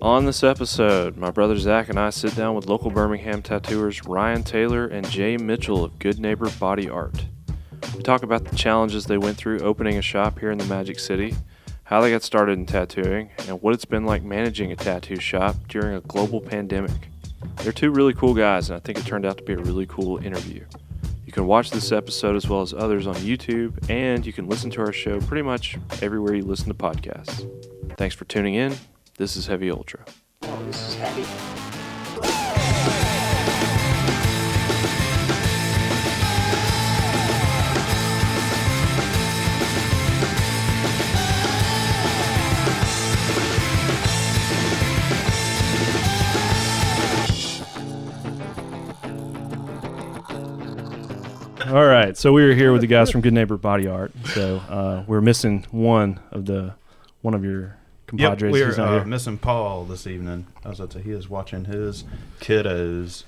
On this episode, my brother Zach and I sit down with local Birmingham tattooers Ryan Taylor and Jay Mitchell of Good Neighbor Body Art. We talk about the challenges they went through opening a shop here in the Magic City, how they got started in tattooing, and what it's been like managing a tattoo shop during a global pandemic. They're two really cool guys, and I think it turned out to be a really cool interview. You can watch this episode as well as others on YouTube, and you can listen to our show pretty much everywhere you listen to podcasts. Thanks for tuning in. This is Heavy Ultra. Oh, this is heavy. All right, so we were here with the guys from Good Neighbor Body Art. So uh, we're missing one of the one of your Yep, compadres. we're who's not uh, here. missing Paul this evening. I was about to say, he is watching his kiddos.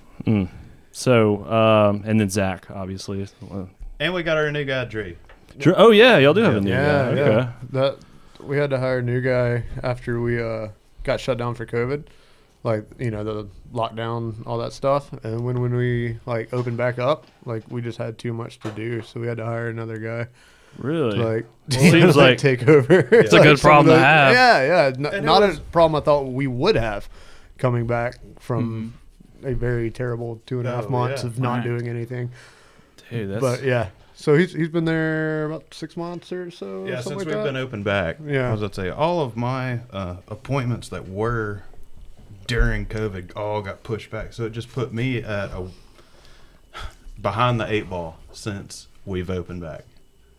So um, and then Zach, obviously. Uh, And we got our new guy, Dre. Drew- Oh yeah, y'all do have a new Yeah, guy. yeah. Okay. That we had to hire a new guy after we uh, got shut down for COVID, like you know the lockdown, all that stuff. And when when we like opened back up, like we just had too much to do, so we had to hire another guy. Really? To, like seems like- take over. It's a good problem to have. Yeah, yeah. N- it not was- a problem I thought we would have coming back from. A very terrible two and a half Mm-hmm. Oh, months yeah. of not Right. doing anything, Dude, that's but yeah. So he's he's been there about six months or so. or Yeah, something since like we've that. been open back, Yeah. I was about to say, all of my uh, appointments that were during COVID all got pushed back. So it just put me at a behind the eight ball since we've opened back.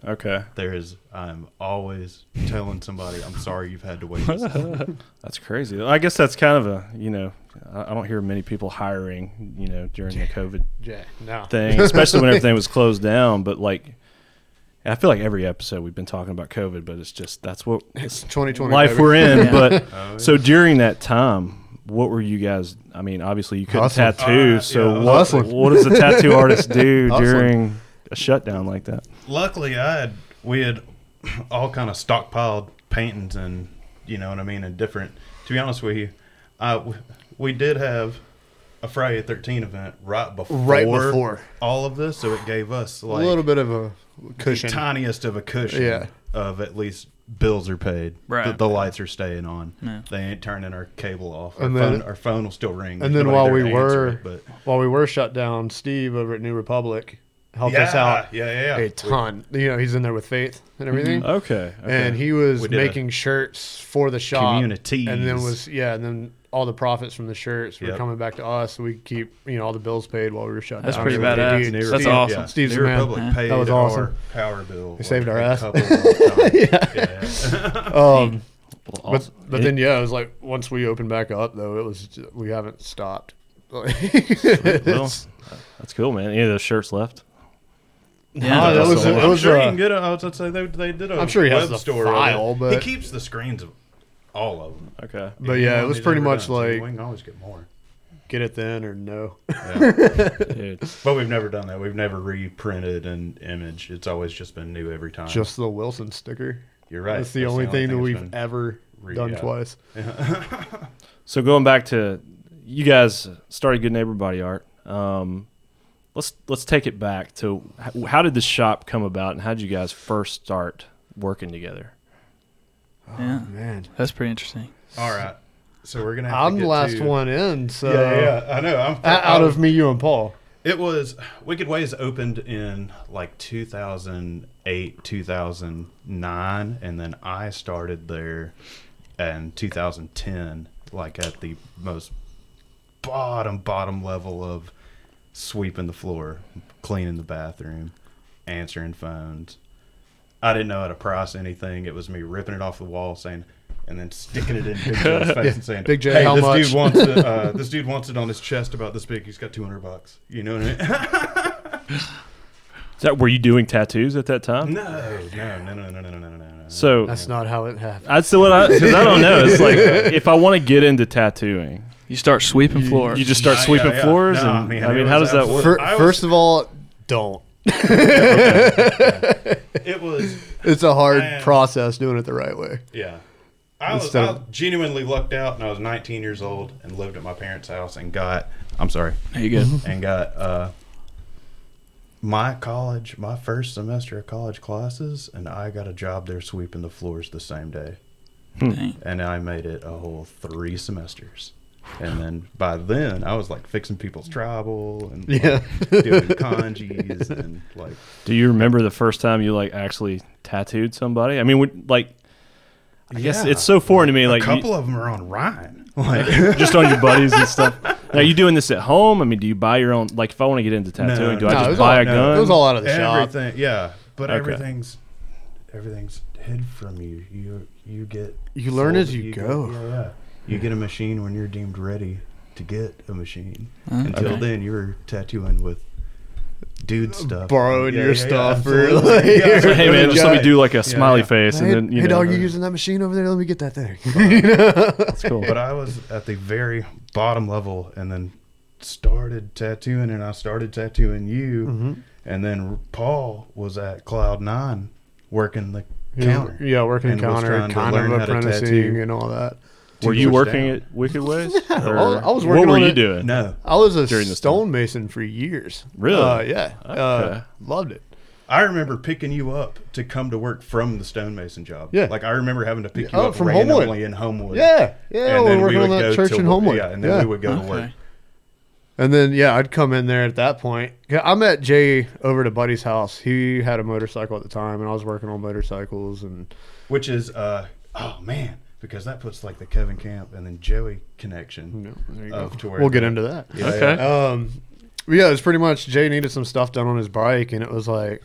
okay. There is, I'm always telling somebody, I'm sorry you've had to wait. this long." That's crazy. I guess that's kind of a you know I I don't hear many people hiring you know during the COVID Yeah, no. thing, especially when everything was closed down. But like, I feel like every episode we've been talking about COVID, but it's just that's what It's 2020. life baby. we're in. Yeah. But Oh, so during that time, what were you guys? I mean, obviously you couldn't Hustling. tattoo. Uh, so yeah, what? hustling. What does a tattoo artist do Hustling. during a shutdown like that? luckily I had we had all kind of stockpiled paintings and you know what I mean and different to be honest with you I we did have a Friday 13 event right before Right before. all of this so it gave us a like little bit of a the cushion. tiniest of a cushion Yeah. of at least bills are paid Right. the, the lights are staying on Yeah. they ain't turning our cable off And our, then- phone, our phone will still ring And then Nobody while there we to answer were it, but While we were shut down, Steve over at New Republic helped yeah, us out yeah yeah a ton. you know, he's in there with Faith and everything. Oh, Okay, okay. And he was We did a- making shirts for the shop. Communities. And then was, yeah, and then all the profits from the shirts were Yep. coming back to us. So we could keep, you know, all the bills paid while we were shut That's down. pretty So they badass. did. That's Steve- awesome. Yeah. Steve's New the man. Republic Uh-huh. Yeah. paid That was awesome. our power bill. like, saved our a ass. couple of times. yeah. yeah. Um, Well, but, awesome. but It- then, yeah, it was like once we opened back up, though, it was, we haven't stopped. well, that's cool, man. Any of those shirts left? Yeah. Oh, that was- I'm it was, sure you uh, can get it. I was about to say they, they did a I'm sure he has web the store of it. file, he but- keeps the screens of all of them. Okay. But yeah, it was pretty much like we can always get more. get it then or no. Yeah. Dude, but we've never done that. We've never reprinted an image. It's always just been new every time. Just the Wilson sticker. you're right. That's the only thing that it's we've been. ever re- done yeah. twice. So going back to you guys started Good Neighbor Body Art. Um, let's let's take it back to h- how did the shop come about and how did you guys first start working together? Yeah. Man, That's pretty interesting. All right. So we're gonna. Have to I'm get the last to- one in, so Yeah, yeah, yeah. I know. I'm O- out of me, you, and Paul. It was Wicked Ways opened in like 2008, 2009, and then I started there in 2010, like at the most bottom bottom level of sweeping the floor, cleaning the bathroom, answering phones. I didn't know how to price anything. It was me ripping it off the wall, saying, and then sticking it in Big Joe's face and saying, Big Joe, "Hey, how this much?" dude wants it. Uh, this dude wants it on his chest about this big. He's got two hundred bucks. You know what I Is that were you doing tattoos at that time? mean? no, no, no, no, no, no, no, no, no. no. So That's not how it happened. that's what I because I don't know. It's like if I want to get into tattooing, You start sweeping floors. you just start Yeah, yeah, sweeping yeah. floors, No, and man, I it mean, how was does that work? absolute- Fir- I was- First of all, don't. It was, It's a hard Man. process doing it the right way. yeah. I was Instead I of- genuinely lucked out, and I was 19 years old and lived at my parents' house and got. I'm sorry, There you go. and got uh, my college, my first semester of college classes, and I got a job there sweeping the floors the same day, Dang. and I made it a whole three semesters. And then by then, I was like fixing people's tribal and like, Yeah. doing kanjis and like Do you remember the first time you like actually tattooed somebody? I mean, would, like, I guess Yeah. it's so foreign to me. Like, a you- couple of them are on Ryan. Like just on your buddies and stuff. Now, you doing this at home? I mean, do you buy your own? Like, if I want to get into tattooing, do no, I no, it just was buy all- a no, gun? It was all out of the shop. everything, yeah, but Okay. everything's everything's hid from you. You you get You learn as sold- you get- go. yeah, yeah. You get a machine when you're deemed ready to get a machine. Uh, Until okay. then, you were tattooing with dude stuff, Borrowing Yeah, your yeah, yeah, stuff or absolutely. like, Yeah. So, hey man, just let me Yeah. do like a smiley yeah. face, Hey, and then you hey know, dog, you using that machine over there? Let me get that thing. You know? that's cool. but I was at the very bottom level and then started tattooing and I started tattooing you Mm-hmm. and then Paul was at Cloud Nine working the counter. Yeah, working And was counter, trying to kind learn of how to apprenticing tattoo. and all that. two were you doors working down. at Wicked Ways? was- I was Or What working were on you it. doing? No. I was a During this time. stonemason for years. Really? Uh, yeah. Uh, Okay. loved it. I remember picking you up to come to work from the stonemason job. Yeah. Like I remember having to pick you Oh, up from Homewood. randomly in Homewood. Yeah, yeah. And we then were working would on that go church to in work. Homewood. Yeah, and then we would go to work. Okay. And then yeah, I'd come in there at that point. 'Cause I met Jay over at a buddy's house. He had a motorcycle at the time, and I was working on motorcycles. And Which is uh oh man, because that puts like the Kevin Camp and then Joey connection. you know, there you Oh, to go. where We'll get the- into that. Yeah, Okay. yeah. Um, but yeah, it was pretty much Jay needed some stuff done on his bike, and it was like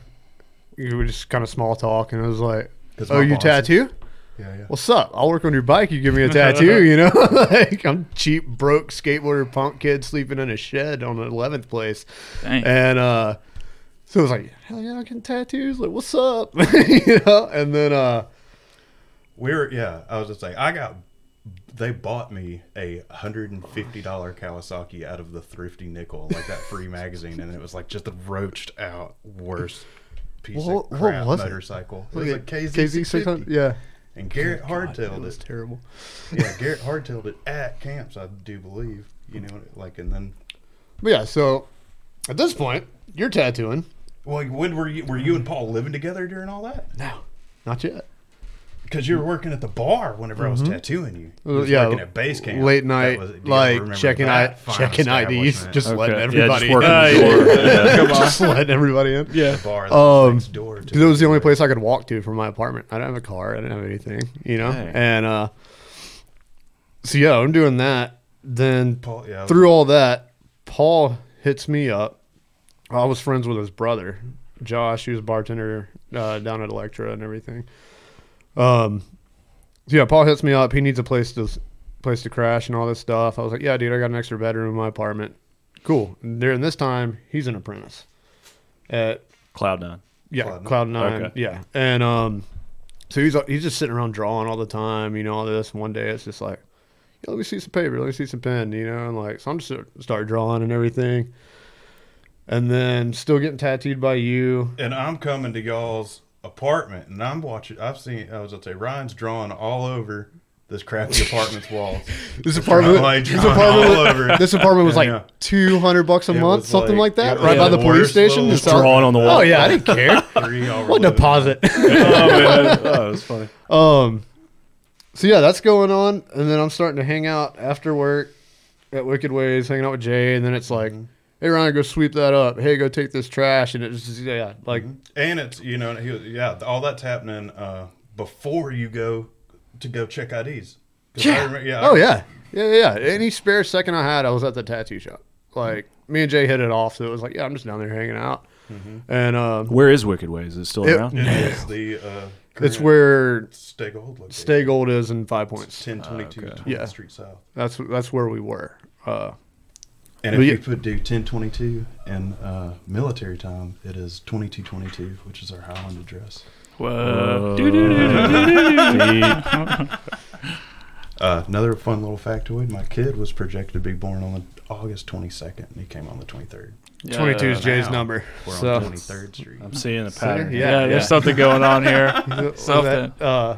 we were just kind of small talk, and it was like, 'Cause "Oh, my you boss- tattoo? Yeah, yeah. What's up? I'll work on your bike. You give me a tattoo, you know? like I'm cheap, broke skateboarder punk kid sleeping in a shed on an 11th place, Dang. and uh, so it was like, hell yeah, I can tattoos. Like, what's up? you know? And then uh, We were yeah. I was just saying I got they bought me a hundred and fifty dollar Kawasaki out of the thrifty nickel like that free magazine, and it was like just the roached out worst piece What- of what crap was it? motorcycle. It look was a at KZ, 600. KZ 600. Yeah, And Garrett it hardtailed was it. terrible. Yeah, Garrett hardtailed it at camps. I do believe you know like and then. But yeah, so at this point, you're tattooing. Well, when were you were you and Paul living together during all that? No, not yet. Because you were working at the bar whenever I was tattooing you. You was Mm-hmm. yeah, working at base camp. late That night, was- do you like, remember checking that I- fine checking IDs, establishment? just letting Okay. everybody Yeah, just working in. the door. Yeah. just letting everybody in. Yeah. the bar that was Um, next door to Because it was the only place I could walk to from my apartment. I didn't have a car. I didn't have anything, you know. Dang. And uh, so yeah, I'm doing that. Then Paul- yeah. through all that, Paul hits me up. I was friends with his brother, Josh. He was a bartender uh, down at Electra and everything. Um, so yeah, Paul hits me up. He needs a place to place to crash and all this stuff. I was like, yeah, dude, I got an extra bedroom in my apartment. Cool. And during this time, he's an apprentice at Cloud nine. yeah, Cloud nine. Cloud, Nine. Okay. Yeah, and um, so he's he's just sitting around drawing all the time, you know, all this. And one day it's just like, yeah, let me see some paper, let me see some pen, you know, and like so I'm just start drawing and everything, and then still getting tattooed by you. And I'm coming to y'all's apartment, and I'm watching. I've seen. I was gonna say Ryan's drawing all over this crappy apartment's walls. This apartment, Like, this drawing apartment, all over. this apartment was like Yeah. two hundred bucks a It month, was something like- like that, yeah, right by yeah, the the police worst station. little Just all- drawing on the wall. Oh yeah, I didn't care. Three all What over. deposit? oh man, oh, that's funny. Um, so yeah, that's going on, and then I'm starting to hang out after work at Wicked Ways, hanging out with Jay, and then it's like, Mm-hmm. hey Ryan, go sweep that up. Hey, go take this trash, and it's just, yeah, like And it's you know he was, yeah all that's happening uh, before you go to go check IDs. 'Cause I remember- yeah. oh yeah, yeah, yeah. yeah. Any spare second I had, I was at the tattoo shop. Like Mm-hmm. me and Jay hit it off, so it was like, yeah, I'm just down there hanging out, and um, Where is Wicked Ways? Is it still It- around? It is the uh, it's current where Stay Gold location. Stay Gold is in Five Points. ten twenty two Okay. Yeah. Street South. That's that's where we were. Uh, And Well, if yeah. you put do ten twenty two in uh, military time, it is twenty two twenty two, which is our Highland address. Uh, Whoa. Doo-doo-doo-doo-doo-doo. Uh, another fun little factoid: my kid was projected to be born on the August twenty second, and he came on the twenty third. 22 is Yeah. Jay's now number. We're so. on twenty third Street. I'm seeing a pattern. yeah. Yeah, there's something going on here. Is it- Something. that, uh,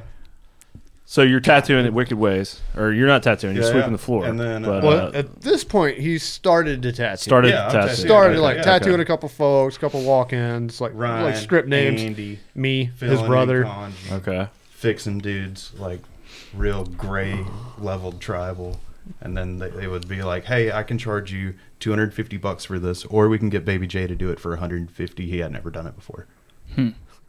So you're tattooing it wicked ways, or you're not tattooing. You're Yeah, sweeping yeah. the floor. And then, uh, but, Well, uh, Well, at this point, he started to tattoo. started Yeah, I'm tattooing. tattooing. started Yeah, like okay. tattooing a couple folks, couple walk-ins, like Ryan, like script names. Andy, me, Phil his and brother. Nikon, Okay. fixing dudes like real gray leveled tribal, and then they, they would be like, "Hey, I can charge you 250 bucks for this, or we can get Baby J to do it for 150. He had never done it before."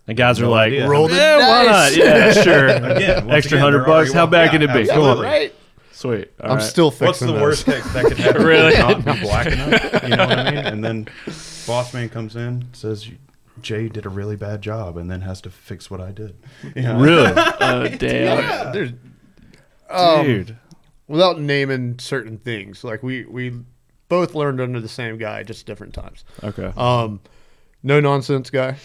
And guys are No like, idea. roll the Yeah, why dice. not? Yeah, sure. Again, once Extra hundred again, they're already bucks. How wild. bad Yeah, can it be? absolutely. Come on. Sweet. All I'm right. still fixing What's the those. worst that, that could happen? Really? not be black enough. You know what I mean? And then boss man comes in, says, "Jay did a really bad job," and then has to fix what I did. You know? really, Oh damn. Yeah, there's- um, dude. without naming certain things, like we we both learned under the same guy, just different times. Okay. uh, Um, no nonsense guy.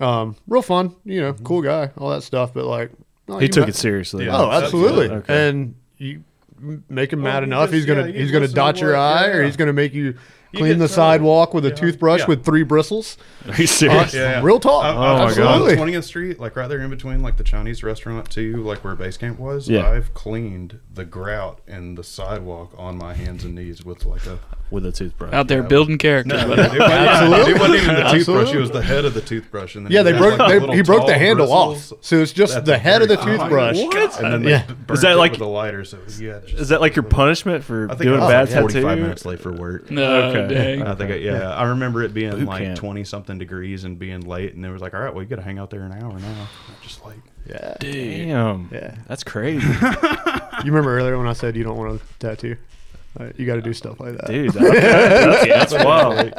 Um, real fun, you Mm-hmm. know, cool guy, all that stuff. But like, oh, he you took ma- it seriously. Yeah. Oh, absolutely. Absolutely. Okay. And you m- make him Well, mad Oh, you enough, just- he's gonna yeah, you he's gonna just dot your overwork- eye, yeah, or yeah. he's gonna make you You clean get thrown. the sidewalk with a Yeah. toothbrush Yeah. with three bristles. Are you serious? Uh, Yeah. Real talk. I've, Oh my I've gone absolutely. to 20th Street, like right there in between, like the Chinese restaurant too, like where base camp was. Yeah. I've cleaned the grout and the sidewalk on my hands and knees with like a. With a toothbrush. Out there building character. No, but- it, wasn't- it wasn't even the toothbrush. It Absolutely. was the head of the toothbrush. And then Yeah, it they had, broke like, they, little he broke the tall handle bristles off, so it's just at the head of the very- toothbrush. What? And then Yeah. they burnt Uh, Is that it like- with a lighter? So yeah. just- Is that like your punishment for I think doing I a was bad like tattoo? minutes late for work. No, Okay. dang. I think I, yeah, I remember it being Boot like camp. twenty something degrees and being late, and they was like, "All right, well, you got to hang out there an hour now." I'm Just like, Yeah. Damn. Yeah. That's crazy, You remember earlier when I said you don't want to tattoo? Uh, you got to do stuff like that. dude. That, that's, that's wild.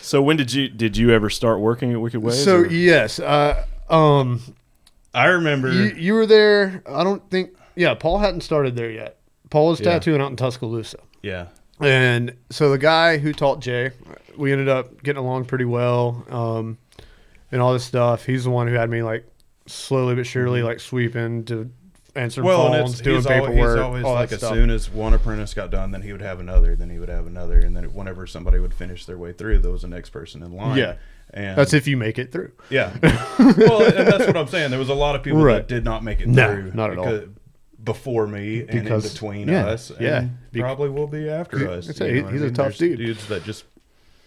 So when did you did you ever start working at Wicked Ways? So or- yes, uh, um, I remember. you, you were there. I don't think. Yeah, Paul hadn't started there yet. Paul was Yeah. tattooing out in Tuscaloosa, yeah, and so the guy who taught Jay, we ended up getting along pretty well, um, and all this stuff. He's the one who had me like slowly but surely like sweeping to answer phones, doing he's al- paperwork, he's always all like that as stuff. soon as one apprentice got done, then he would have another, then he would have another, and then whenever somebody would finish their way through, there was the next person in line. Yeah. and That's if you make it through. Yeah, well, and that's what I'm saying. There was a lot of people Right. that did not make it No, through. not at all. because- Before me and Because- in between yeah, us, and yeah. Bec- probably will be after us. That's it. you know what He's a tough There's dude. Dudes that just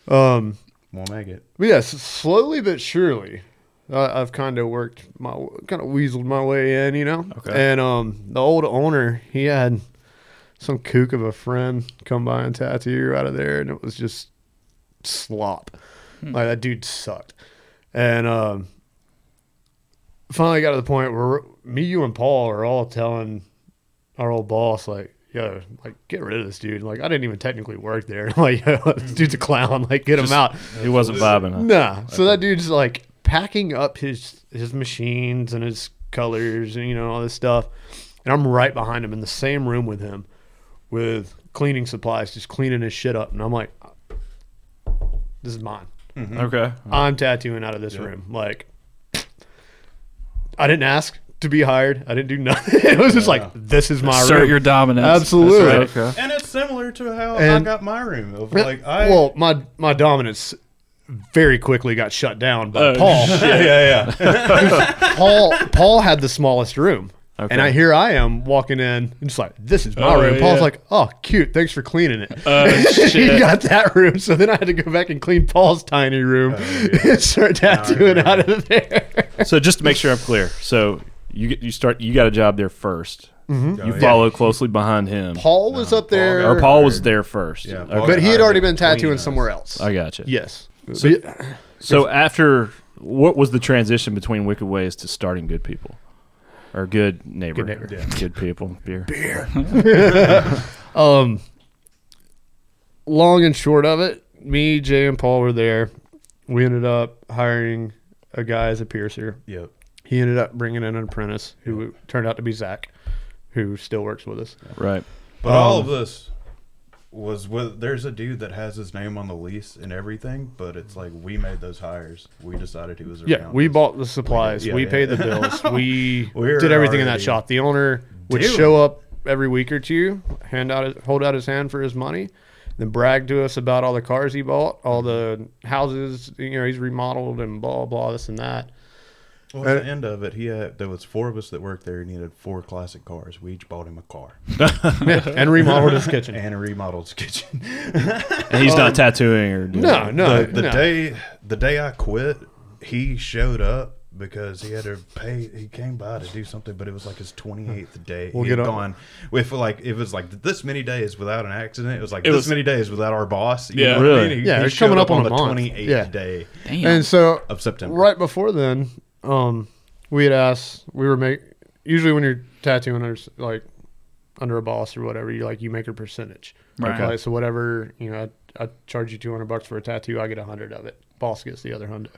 Um, won't make it. But yes, slowly but surely, I, I've kind of worked my kind of weaseled my way in, you know. Okay. And um, the old owner, he had some kook of a friend come by and tattoo out of there, and it was just slop. Hmm. Like that dude sucked. And um, finally got to the point where me, you, and Paul are all telling our old boss like. Yo, like get rid of this dude. Like I didn't even technically work there. Like yo, this dude's a clown. Like get him Just- out. he wasn't vibing. Huh? Nah. So that dude's like packing up his his machines and his colors and you know all this stuff, and I'm right behind him in the same room with him, with cleaning supplies, just cleaning his shit up, and I'm like, this is mine. Mm-hmm. Okay. I'm tattooing out of this room. Like, I didn't ask to be hired. I didn't do nothing. it was just like this is my Assert room. your dominance. Absolutely. That's right. Okay. And it's similar to how And- I got my room. Of Yeah, like I well, my my dominance very quickly got shut down by Oh, Paul. yeah, yeah, yeah. Paul Paul had the smallest room. Okay. And I here I am walking in and just like, this is my Oh, room. Paul's yeah. like, oh, cute. Thanks for cleaning it. Oh, he shit. got that room. So then I had to go back and clean Paul's tiny room yeah. and start tattooing remember. out of there. So just to make sure I'm clear, so you get you start you got a job there 1st You Oh, yeah. followed closely behind him, Mm-hmm. Paul was up there, or Paul was there first. Yeah, Paul Okay. but he had already been Between tattooing us. somewhere else. I gotcha. Yes. So- But- So after what was the transition between Wicked Ways to starting Good People, or Good Neighbor? Good Neighbor. Yeah. Good people beer. Um, long and short of it, me, Jay, and Paul were there. We ended up hiring a guy as a piercer. Yep. He ended up bringing in an apprentice who turned out to be Zach, who still works with us. Right. But all Um, of this was with there's a dude that has his name on the lease and everything, but it's like we made those hires. We decided he was around. Yeah, we us. bought the supplies. Yeah, we yeah. paid the bills. We We're did everything in that already- shop. The owner would Dude. show up every week or two, hand out, his- hold out his hand for his money, then brag to us about all the cars he bought, all the houses you know he's remodeled, and blah blah this and that. Well, at the end of it, he had, there was four of us that worked there. He needed four classic cars. We each bought him a car and remodeled his kitchen. and remodeled his kitchen. And he's not tattooing or doing Um, No, no, the the no. day the day I quit, he showed up because he had to pay. He came by to do something, but it was like his twenty eighth day. Hmm. We'll he get had on- gone with like it was like this many days without an accident. It was like It this was- many days without our boss. You Yeah. know what I mean? Really? He- Yeah, he it's coming showed up on the a month. twenty eighth Yeah. day Damn. And so of September. right before then, um, we had asked we were make usually when you're tattooing under s- like under a boss or whatever, you like you make a percentage. Right. Okay, so whatever you know, I, I charge you two hundred bucks for a tattoo, I get a hundred of it. Boss gets the other hundred.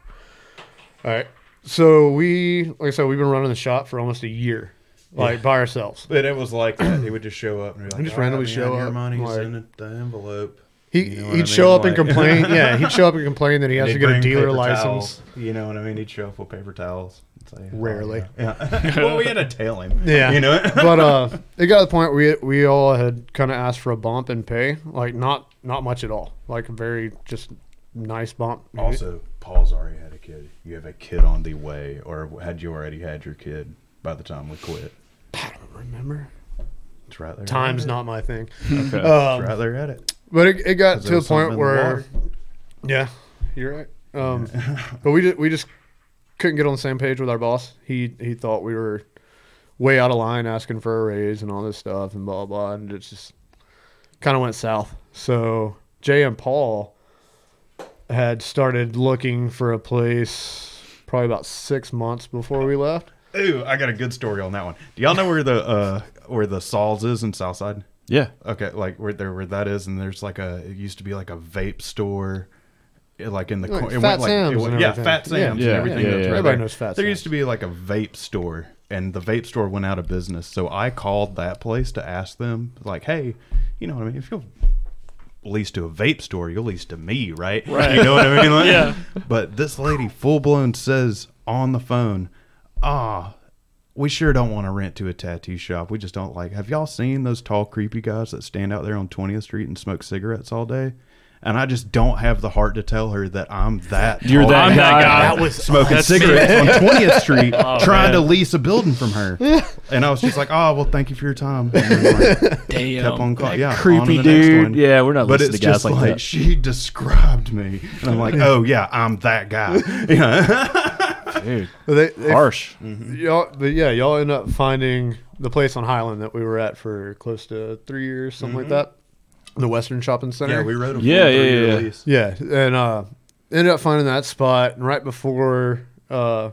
All right. So we, like I said, we've been running the shop for almost a year, like by ourselves. But it was like that. He would just show up and be like, just "All right, randomly man, show Your up, money's like- in the envelope. He You know what he'd I show mean? up and Like- complain. yeah, he'd show up and complain that he has They'd to get a bring dealer paper license. towels, you know what I mean? He'd show up with paper towels. and say, "Oh, Rarely. yeah." Yeah. well, we had to tail him. Yeah. You know? but uh, it got to the point we we all had kind of asked for a bump in pay, like not not much at all, like a very just nice bump. also, Paul's already had a kid. You have a kid on the way, or had you already had your kid by the time we quit? remember It's right there. time's at not my thing, Okay. It. It's um, right there at it. but it, it got There to a was something point in the where water. yeah, you're right. Um, but we just we just couldn't get on the same page with our boss. He he thought we were way out of line asking for a raise and all this stuff and blah blah, and it just kind of went south. So Jay and Paul had started looking for a place probably about six months before we left. Ooh, I got a good story on that one. Do y'all know where the uh, where the Sauls is in Southside? Yeah. Okay, like where there where that is, and there's like a it used to be like a vape store, eh, like in the Like cor- it Fat went like Sam's it went, and yeah, everything. Fat Yeah, Sam's yeah, and everything. yeah, that's yeah. right Everybody there. knows Fat There Sam's. used to be like a vape store, and the vape store went out of business. So I called that place to ask them, like, hey, you know what I mean? If you'll lease to a vape store, you'll lease to me, right? Right. You know what I mean? Like- Yeah. But this lady full blown says on the phone, ah, we sure don't want to rent to a tattoo shop. We just don't like. Have y'all seen those tall, creepy guys that stand out there on 20th Street and smoke cigarettes all day? And I just don't have the heart to tell her that I'm that. You're tall that and guy. That was smoking that's cigarettes me. on 20th Street, man. trying to lease a building from her. And I was just like, oh, well, thank you for your time. And then, like, Damn. kept on calling. Yeah, on to creepy the next dude. one. Yeah, we're not But listening it's to guys just like like, that. she described me, and I'm like, oh yeah, I'm that guy. Yeah. Dude. But they, they Harsh. y'all, but yeah, y'all end up finding the place on Highland that we were at for close to three years, something Mm-hmm. like that. The Western Shopping Center. wrote Yeah, a full yeah, three-year yeah, yeah. lease. Yeah, and uh, ended up finding that spot. And right before uh,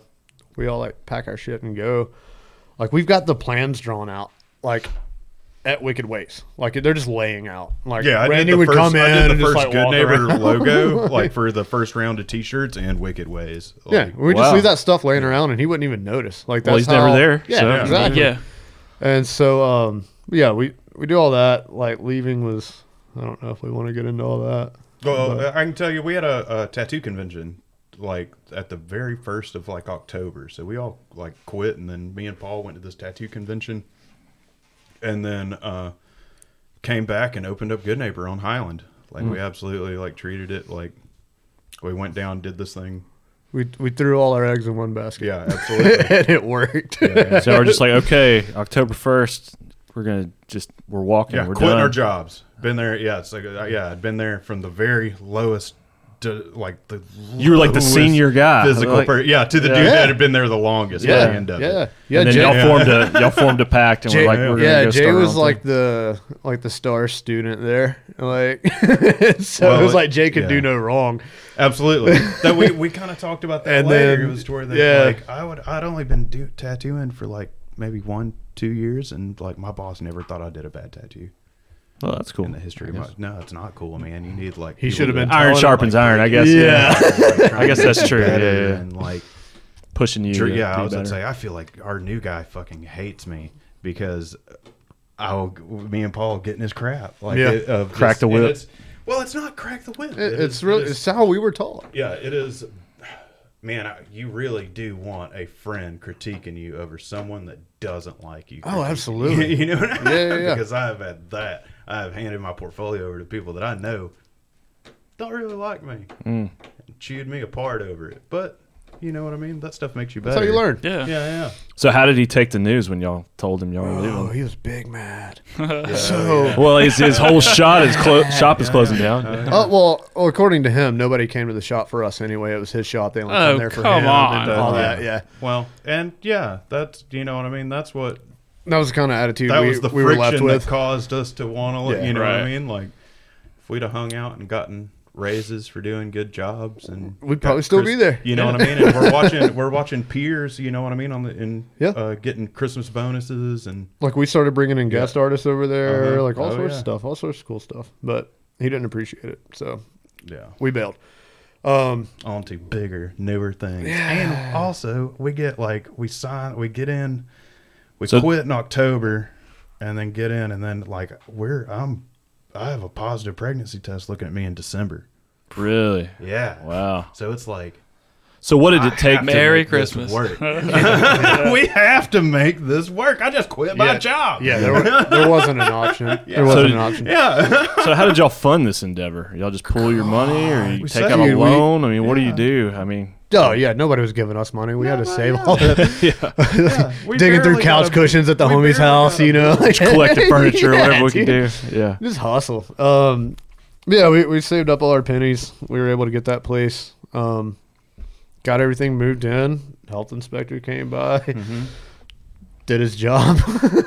we all like pack our shit and go, like we've got the plans drawn out, like at Wicked Ways, like they're just laying out. Like Yeah, I Randy did the would first, come in I did the and first just like Good walk Neighbor around. logo, like for the first round of T-shirts and Wicked Ways. Yeah, Like, we Wow. just leave that stuff laying around, and he wouldn't even notice. Like that's Well, he's never how- there, Yeah, so- exactly. Yeah. And so, um, yeah, we we do all that. Like leaving was, I don't know if we want to get into all that. Well, uh, I can tell you, we had a, a tattoo convention like at the very first of like October. So we all like quit, and then me and Paul went to this tattoo convention, and then uh, came back and opened up Good Neighbor on Highland. Like Hmm. we absolutely like treated it like we went down, did this thing. We we threw all our eggs in one basket. Yeah, absolutely. and it worked. yeah, So we're just like, okay, October first, we're gonna just we're walking. yeah we're quitting done. our jobs. Been there. Yeah, it's like uh, yeah, I'd been there from the very lowest. To, like the You were like the lowest senior guy. physical Ah, Like- per- yeah to the Yeah. dude Yeah. that had been there the longest by the yeah, end of it. yeah, and then Jay, y'all formed a y'all formed a pact, and we're Jay- like, we're yeah, gonna go Jay start our was own like thing. the like the star student there. Like, so Well, it was like Jay could yeah. do no wrong. Absolutely. that we, we kind of talked about that And later. then- it was toward the yeah. like I would I'd only been do, tattooing for like maybe one two years, and like my boss never thought I did a bad tattoo Oh, that's cool. in the history of my. No, it's not cool, man. You need like He people should have that- been Iron Telling him, sharpens like, iron, I guess. yeah. like, I guess trying to that's do true, yeah, better yeah. And like pushing you. Sure, to yeah, do I was gonna better. say I feel like our new guy fucking hates me because I will me and Paul getting his crap like Yeah. it, of Crack just- the and whip. it's- well, it's not crack the whip. It- It it's is- really it is- it's how we were taught. yeah, it is. Man, I, you really do want a friend critiquing you over someone that doesn't like you. Oh, critiquing absolutely. You, you know what I mean? Yeah, yeah, yeah. Because I have had that. I have handed my portfolio over to people that I Mm. know don't really like me and chewed me apart over it. But You know what I mean? That stuff makes you better. That's how you learn. Yeah. Yeah, yeah. So how did he take the news when y'all told him y'all were Oh, leaving? he was big mad. so Well, his, his whole shot is clo- shop is closing down. Uh, Uh-huh. Oh well, well, according to him, nobody came to the shop for us anyway. It was his shop. They only Oh, came there for come him on. and uh, all Oh, Yeah. that. Yeah, Well, and yeah, that's you know what I mean. That's what that was the kind of attitude that we, was the we were left friction that with. caused us to want to. Yeah. you know what Right. I mean? Like if we'd have hung out and gotten raises for doing good jobs, and We'd got probably still be there. You know what I mean? And we're watching we're watching peers. You know what I mean? On the in Yeah. uh, getting Christmas bonuses and like we started bringing in guest artists over there, Uh-huh. like all Oh, sorts yeah. of stuff, all sorts of cool stuff. But he didn't appreciate it, so yeah, we bailed. Um, onto bigger, newer things. And also, we get like we sign, we get in, we So- quit in October, and then get in, and then like we're I'm I have a positive pregnancy test looking at me in December. Really? Yeah. Wow. So it's like So what did it take? to- Merry make this Christmas. work. we have to make this work. I just quit my Yeah. job. yeah, there, were, there wasn't an option. There So wasn't did- an option. Yeah. So how did y'all fund this endeavor? Y'all just pull your money, or you We take said- out a Dude, we- loan? I mean, what do you do? I mean, Oh yeah, nobody was giving us money. We had to no, save yeah. all that. Yeah. We Digging through barely couch got a- cushions at the we homie's barely house, got a- you know, like collect the furniture, whatever we can dude. do. Yeah. Just hustle. Um, yeah, we, we saved up all our pennies. We were able to get that place. Um, got everything moved in. Health inspector came by, did his job.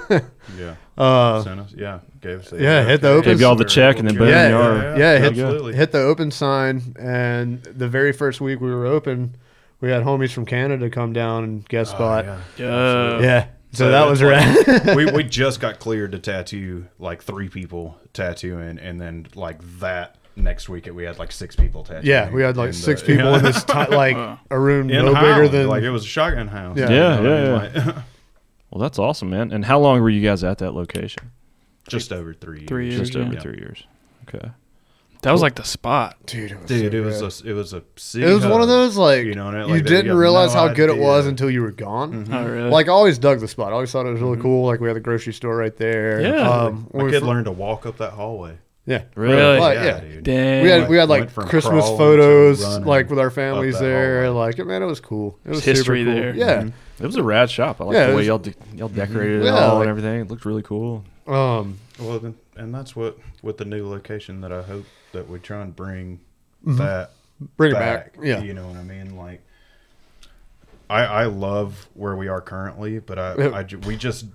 Yeah. Uh, Sent us- yeah. Gave us Yeah, hit the open- Gave y'all the check, and then boom, Yeah, y'all are- yeah, yeah, hit- absolutely. hit the open sign, and the very first week we were open, we had homies from Canada come down and guest Oh, spot. yeah. Yeah. yeah. so, that was rad. we we just got cleared to tattoo like three people tattooing, and then like that next week we had like six people tattooing. yeah, we had in like the- six people in this, ti like a room in no bigger Highland, than like it was a shotgun house. Yeah. Yeah, You know what I yeah, mean? Like, Well, that's awesome, man. And how long were you guys at that location? just over three. Three years, Just over yeah. three years. Okay. That was like the spot. dude. It was, Dude, so it was rad. a it was a city it was one of hub. those like you know, and it- you like, they- you didn't have realize no how good it was idea. Mm-hmm. until you were gone. Oh, really? Mm-hmm. Like I always dug the spot. I always thought it was really cool. Like we had the grocery store right there. Yeah. um, when My we kid fir- learned to walk up that hallway. Yeah, Really? Like, Oh, yeah. dude. Dang. we had we had Went like from Christmas crawling to photos running like with our families that there. hallway. Like man, it was cool. It was history super cool. there. Mm-hmm. Yeah. It was a rad shop. I like Yeah, the it way was- y'all de- y'all decorated it Yeah, all like- and everything. It looked really cool. Um. Well, then, and that's what with the new location that I hope that we try and bring Mm-hmm. that Bring it back. Yeah. you know what I mean. Like, I I love where we are currently, but Yeah. I, I ju- we just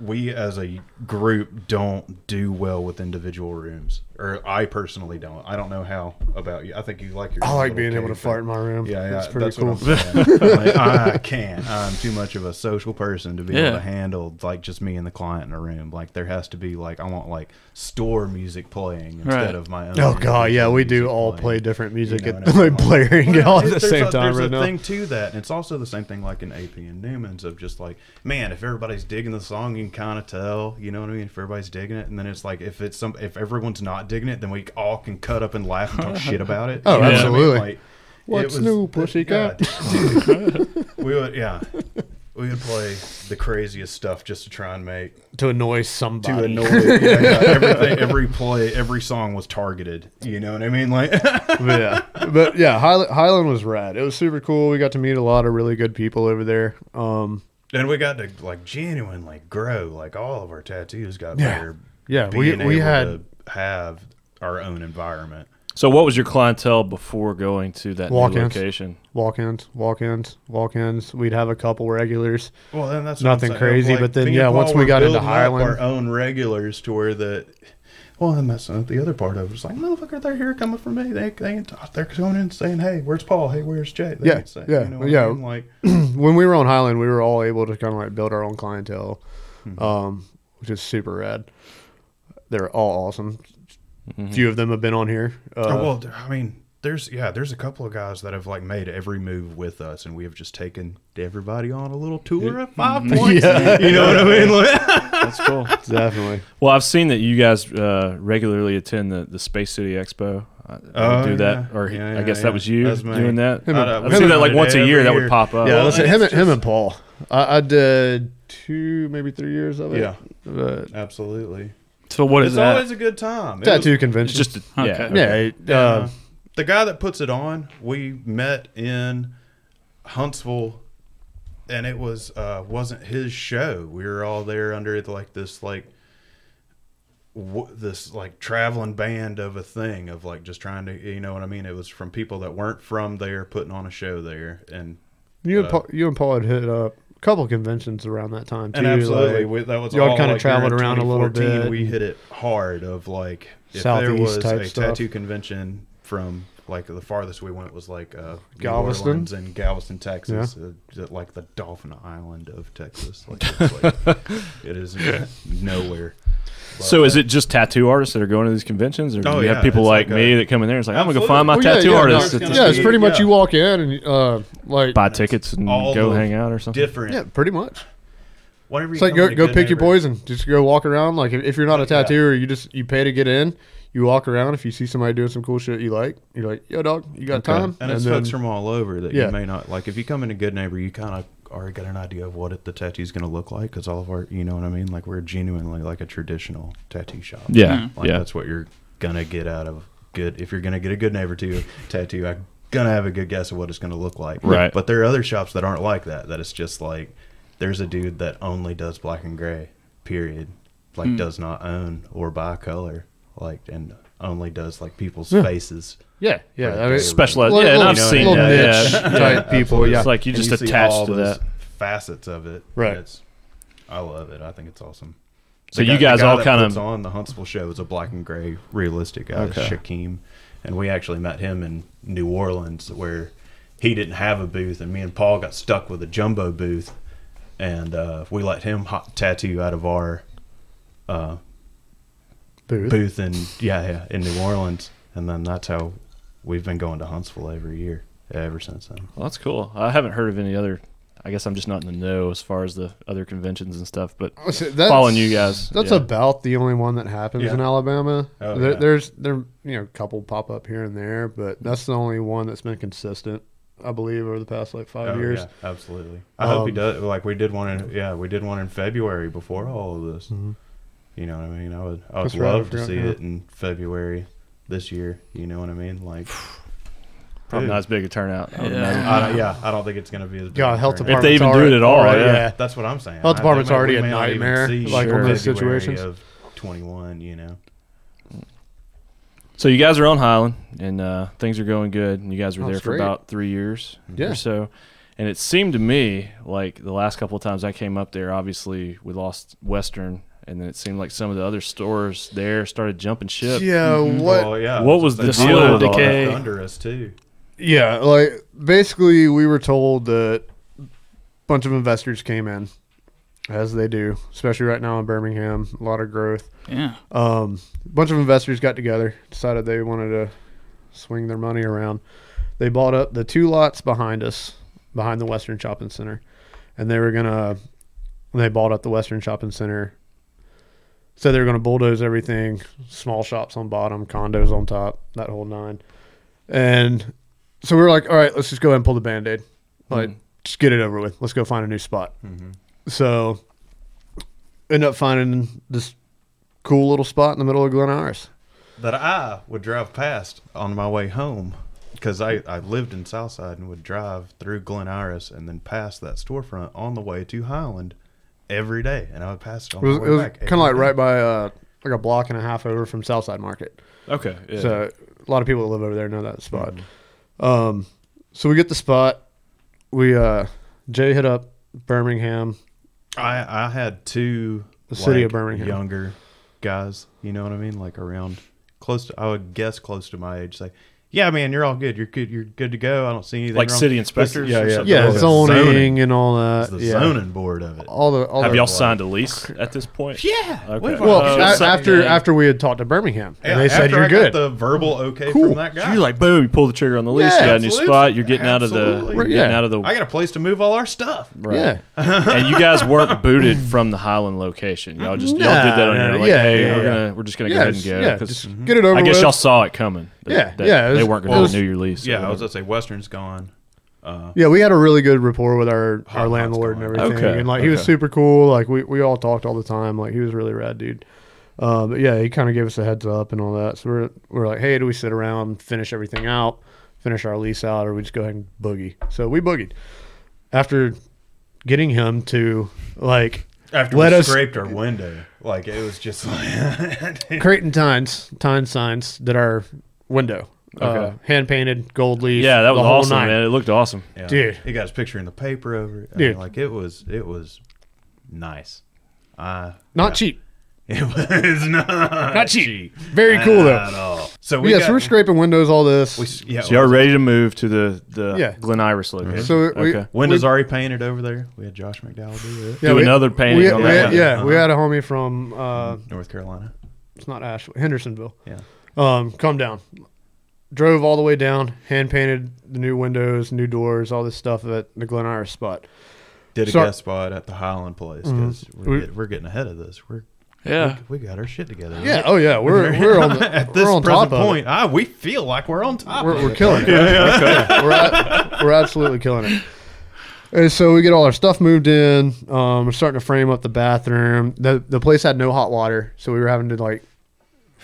we as a group don't do well with individual rooms, or I personally don't. I don't know how about you. I think you like your. I own like little being able to cave, fart in but- my room. Yeah, yeah, it's pretty that's cool. What I'm saying. Like, I can't. I'm too much of a social person to be Yeah. able to handle like just me and the client in a room. Like there has to be like I want like store music playing instead Right. of my own. Oh god, yeah, individual we do music all playing. play different music know at what I mean? like blaring it Well, all at it- the there's same a, time There's right a now. thing to that, and it's also the same thing like in AP and Newman's of just like, man, if everybody's digging the song, you can kind of tell, you know what I mean? If everybody's digging it, and then it's like, if it's some, if everyone's not digging it, then we all can cut up and laugh and talk shit about it. Oh, You know what I mean? absolutely. Like, it What's was- new, yeah, pussycat? dude. we would, yeah, we would play the craziest stuff just to try and make To annoy to somebody. annoy yeah, yeah, everything. Every play, every song was targeted. You know what I mean? Like. but yeah, but yeah, Highland, Highland was rad. It was super cool. We got to meet a lot of really good people over there. Um, And we got to like genuinely grow. Like all of our tattoos got Yeah. better. yeah, we being we able had to have our own environment. So, what was your clientele before going to that new Walk-ins. location? walk-ins, walk-ins, walk-ins. We'd have a couple regulars. Well, and that's Nothing crazy, but then, yeah, once we got into Highland- Highland, our own regulars to where the. Well, and that's not the other part of it. It's like, motherfucker, they're here coming for me. They, they ain't, they're coming in saying, hey, where's Paul? Hey, where's Jay? They Yeah, ain't saying- yeah, you know what I yeah. mean? Like, when we were on Highland, we were all able to kind of like build our own clientele, um, which is super rad. They're all awesome. Few of them have been on here. Uh, Oh, well, th- I mean, there's yeah, there's a couple of guys that have like made every move with us, and we have just taken everybody on a little tour at five points. Yeah. You know what I mean? Like- That's cool. definitely. well, I've seen that you guys uh, regularly attend the, the Space City Expo. I, I would Oh, do that, yeah. or he- Yeah, I yeah, guess yeah. that was you That's me. doing that. Him and- I've seen that like once a year. Every That would year. pop up. yeah, Uh, well, that's it. it's Him, and just- him and Paul. I, I did two, maybe three years of it. Yeah. but Absolutely. so what is it's that? always a good time. It was- tattoo It's convention. just a, yeah. Okay. uh, yeah, it, Yeah. uh, the guy that puts it on, we met in Huntsville, and it was uh, wasn't his show. We were all there under like this like w- this like traveling band of a thing of like just trying to you know what I mean. It was from people that weren't from there putting on a show there, and You and Uh, Paul, you and Paul had hit up a couple conventions around that time too. and absolutely like, we, that was y'all all, kinda like, traveled during around a little 2014, bit We and- hit it hard of like if there Southeast was type a stuff. tattoo convention from like the farthest we went was like uh, New Galveston? Orleans and Galveston, Texas, uh, like the Dolphin Island of Texas. Like, it's like it is nowhere. So is it just tattoo artists that are going to these conventions, or do Oh, you yeah, have people it's like, like me a- that come in there? and It's like I'm gonna go Absolutely. find my Well, yeah, tattoo Oh, yeah, no, artist. it's at gonna this yeah, it's meeting, pretty much yeah. you walk in and uh, like buy tickets and all go the hang out or something. different? yeah, pretty much. Whatever. It's like go go pick your boys and just go walk around. Like if, if you're not a Yeah. tattooer, you just you pay to get in. You walk around. If you see somebody doing some cool shit you like, you're like, yo, dog, you got time? And, it's folks from all over that Yeah. you may not like. If you come in a good neighbor, you kind of already got an idea of what it, the tattoo's going to look like because all of our, you know what I mean? Like we're genuinely like a traditional tattoo shop. Mm. Yeah, Like yeah. that's what you're gonna get out of good. If you're gonna get a good neighbor to tattoo, I'm gonna have a good guess of what it's gonna look like. Right. But there are other shops that aren't like that. That it's just like there's a dude that only does black and gray. Period. Like Mm. does not own or buy color. Like and only does like people's faces. yeah, yeah. I mean, Specialized. little- yeah, and little- I've seen little that. niche Yeah. type people. absolutely. Yeah, It's like you And just see attached all to those that. facets of it. Right. It's, I love it. I think it's awesome. So The you guy- the guys guy all that kind puts of on the Huntsville show is a black and gray realistic guy, Okay. Shakim, and we actually met him in New Orleans where he didn't have a booth, and me and Paul got stuck with a jumbo booth, and uh, we let him hot tattoo out of our uh, booth. booth in yeah, yeah in New Orleans, and then that's how we've been going to Huntsville every year ever since then. Well, that's cool. I haven't heard of any other. I guess I'm just not in the know as far as the other conventions and stuff. But I said, Oh, that's- following you guys, That's yeah. about the only one that happens Yeah. in Alabama. Oh, there, yeah. There's there you know a couple pop up here and there, but that's the only one that's been consistent, I believe, over the past like five Oh, years. yeah, absolutely. I hope he Um, does. Like we did one in yeah, we did one in February before all of this. Mm-hmm. You know what I mean? I would I would That's right, I love to forgot, see yeah. it in February this year. You know what I mean? Like, probably dude, not as big a turnout. I would Yeah. imagine. I don't, yeah, I don't think it's gonna be as. big God, as health February. If they department's even do already- it at all, oh, right? yeah. That's what I'm saying. Health I- department's we may- already we a may not even nightmare, see like, on those February situations. Of 21, you know. So you guys are on Highland, and uh, things are going good. And you guys were Oh, there it's for great. about three years Yeah. or so. And it seemed to me like the last couple of times I came up there, obviously we lost Western, and then it seemed like some of the other stores there started jumping ship. Yeah, Mm-hmm. what? Well, yeah, What was the the deal deal with that all that? left under us too? Yeah, like basically, we were told that a bunch of investors came in, as they do, especially right now in Birmingham, a lot of growth. Yeah. Um, a bunch of investors got together, decided they wanted to swing their money around. They bought up the two lots behind us, behind the Western Shopping Center, and they were gonna. They bought up the Western Shopping Center. So they were gonna bulldoze everything, small shops on bottom, condos on top, that whole nine. And so we were like, all right, let's just go ahead and pull the band aid. Like, just get it over with. Let's go find a new spot. So end up finding this cool little spot in the middle of Glen Iris. that I would drive past on my way home because I, I lived in Southside and would drive through Glen Iris and then past that storefront on the way to Highland every day. And I would pass it on It was, the it way was back. kind of like right by uh, like a block and a half over from Southside Market. Okay. Yeah. So a lot of people that live over there know that spot. Mm-hmm. Um, so we get the spot. We uh, Jay hit up Birmingham. I, I had two The city of Birmingham. younger guys, you know what I mean? Like around close to, I would guess close to my age, say, yeah, man, you're all good. You're good. You're good to go. I don't see anything Like wrong." city This- inspectors Yeah, or yeah. something? Yeah, It's the zoning zoning. and all It's that. the yeah. zoning board of it. All the all Have the, y'all signed a lease at this point? Yeah. Okay. we've Well, Oh, a- yeah. after after we had talked to Birmingham, and Yeah, they said after you're I good. Got the verbal okay from that guy. You're like, boom, you pull the trigger on the lease, Yeah, you got a new absolutely. spot, you're getting out of the Absolutely. you're Yeah. getting out of the I got a place to move all our stuff. right. Yeah, and you guys weren't booted from the Highland location. Y'all just y'all did that on Nah, your own. Like, yeah, hey, yeah, we're yeah. gonna we're just gonna yeah, go ahead and just- go. yeah. 'cause Just get it over. I guess with. y'all saw it coming. that- Yeah, that yeah, it they was- weren't it gonna was- renew your lease. or Yeah, I was whatever. gonna say Western's gone. Uh, Yeah, we had a really good rapport with our, Hot our Hot's landlord and going. everything, Okay, and like he was okay. super cool. Like we, we all talked all the time. Like he was a really rad, dude. Uh, but yeah, he kind of gave us a heads up and all that. So we're we're like, hey, do we sit around, finish everything out, finish our lease out, or we just go ahead and boogie. So we boogied. After getting him to like After Let we us- scraped our window, like it was just like Creighton Tynes, Tynes Signs did our window. uh, Okay. hand painted, gold leaf. Yeah, that was the whole awesome, nine. man. It looked awesome. Yeah. Dude. He got his picture in the paper over it. I Dude. Mean, like it was it was nice. Uh Not cheap. it was not, Not cheap. Very cool, though. At all. So we Yes, got, we're scraping windows, all this. we s- yeah, So y'all ready to move to the the Yeah. Glen Iris location? So we- okay. windows already painted over there. We had Josh McDowell do it. yeah, do we- another painting we- on we- that. yeah, we Uh-huh. had a homie from uh, North Carolina. it's not Asheville, Hendersonville. Yeah. Um, come down. Drove all the way down, hand painted the new windows, new doors, all this stuff at the Glen Iris spot. Did a So- guest spot at the Highland Place because we're, Mm-hmm. We- get- we're getting ahead of this. We're Yeah. we got our shit together. Yeah, oh yeah, we're we're on the, At this we're on present top of it. point, ah, we feel like we're on top. we're, we're killing it. we're, at, we're absolutely killing it. And so we get all our stuff moved in. Um, we're starting to frame up the bathroom. The the place had no hot water, so we were having to like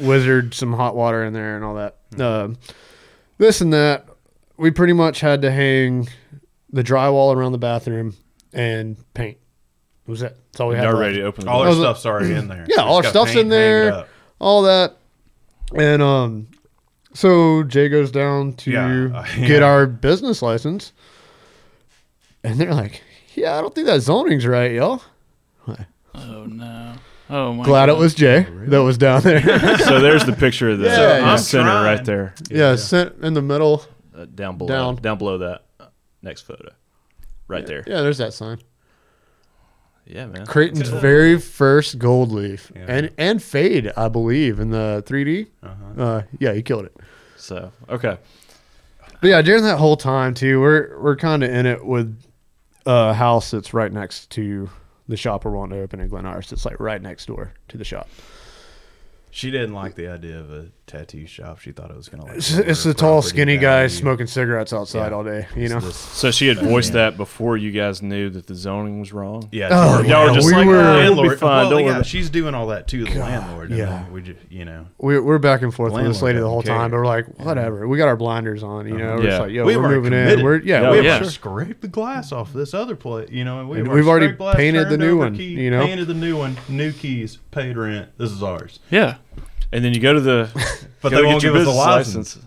wizard some hot water in there and all that. Hmm. Um, this and that. We pretty much had to hang the drywall around the bathroom and paint. That was it. That's all we had. Y'all left. ready to open the all door? our I was- stuff's already in there. Yeah, all our Just gotta stuff's in paint and hang it there. up. all that. And um, so Jay goes down to Yeah, uh, get yeah. our business license, and they're like, "Yeah, I don't think that zoning's right, y'all." Oh no. Oh my. Glad it God. was Jay that was down there. yeah, so there's the picture of the, Yeah, the yeah. I'm center trying. right there, sent in the middle. uh, down below, Down. down. below that uh, next photo, right there. Yeah, there's that sign. Yeah, man. Creighton's very first gold leaf Yeah. and and fade, I believe, in the 3D. Uh-huh. Uh, yeah, he killed it. So okay, But yeah, during that whole time too, we're we're kind of in it with a house that's right next to the shop we're wanting to open in Glen Iris. It's like right next door to the shop. She didn't like the idea of a tattoo shop. She thought it was gonna like. It's, lower it's the tall, property skinny guy value. smoking cigarettes outside Yeah. all day. You know, It's this- so she had voiced that before you guys knew that the zoning was wrong. Yeah, Oh, to her y'all were landlord. just We like, were- "Ah, it'll be fine, Well, don't yeah, worry about-" she's doing all that too. The landlord. and yeah. then We just, you know, we're we're back and forth with Landlord this lady the doesn't whole time, but care. we're like, whatever. We got our blinders on. You know, we're just Yeah. like, yo, we we're weren't moving committed. in. We're yeah, No, we're- we yeah. have scraped the glass off this other place, you know, and we And have we've already scraped glass, painted the turned new over one, key, you know? painted the new one, new keys, paid rent. This is ours, Yeah. And then you go to the, but go they get won't your give us a business license.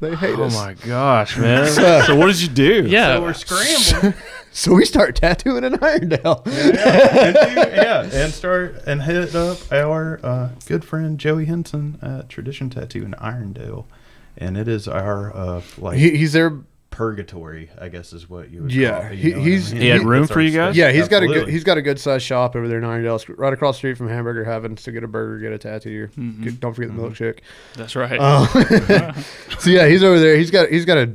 They hate Oh us. my gosh, man! so what did you do? Yeah. So we're scrambling, So we start tattooing in Irondale. and do- yeah, and start and hit up our uh, good friend Joey Henson at Tradition Tattoo in Irondale, and it is our uh, like He, he's there. purgatory, I guess is what you would Yeah, call it, you he- know what he's- I mean? He had room That's for our you guys? space. Yeah, he's got a good Absolutely. he's got a good sized shop over there in Irondale, sc- right across the street from Hamburger Heaven. So get a burger, get a tattoo. Mm-hmm. Get, don't forget the milkshake. That's right. Um, so yeah, he's over there. He's got he's got a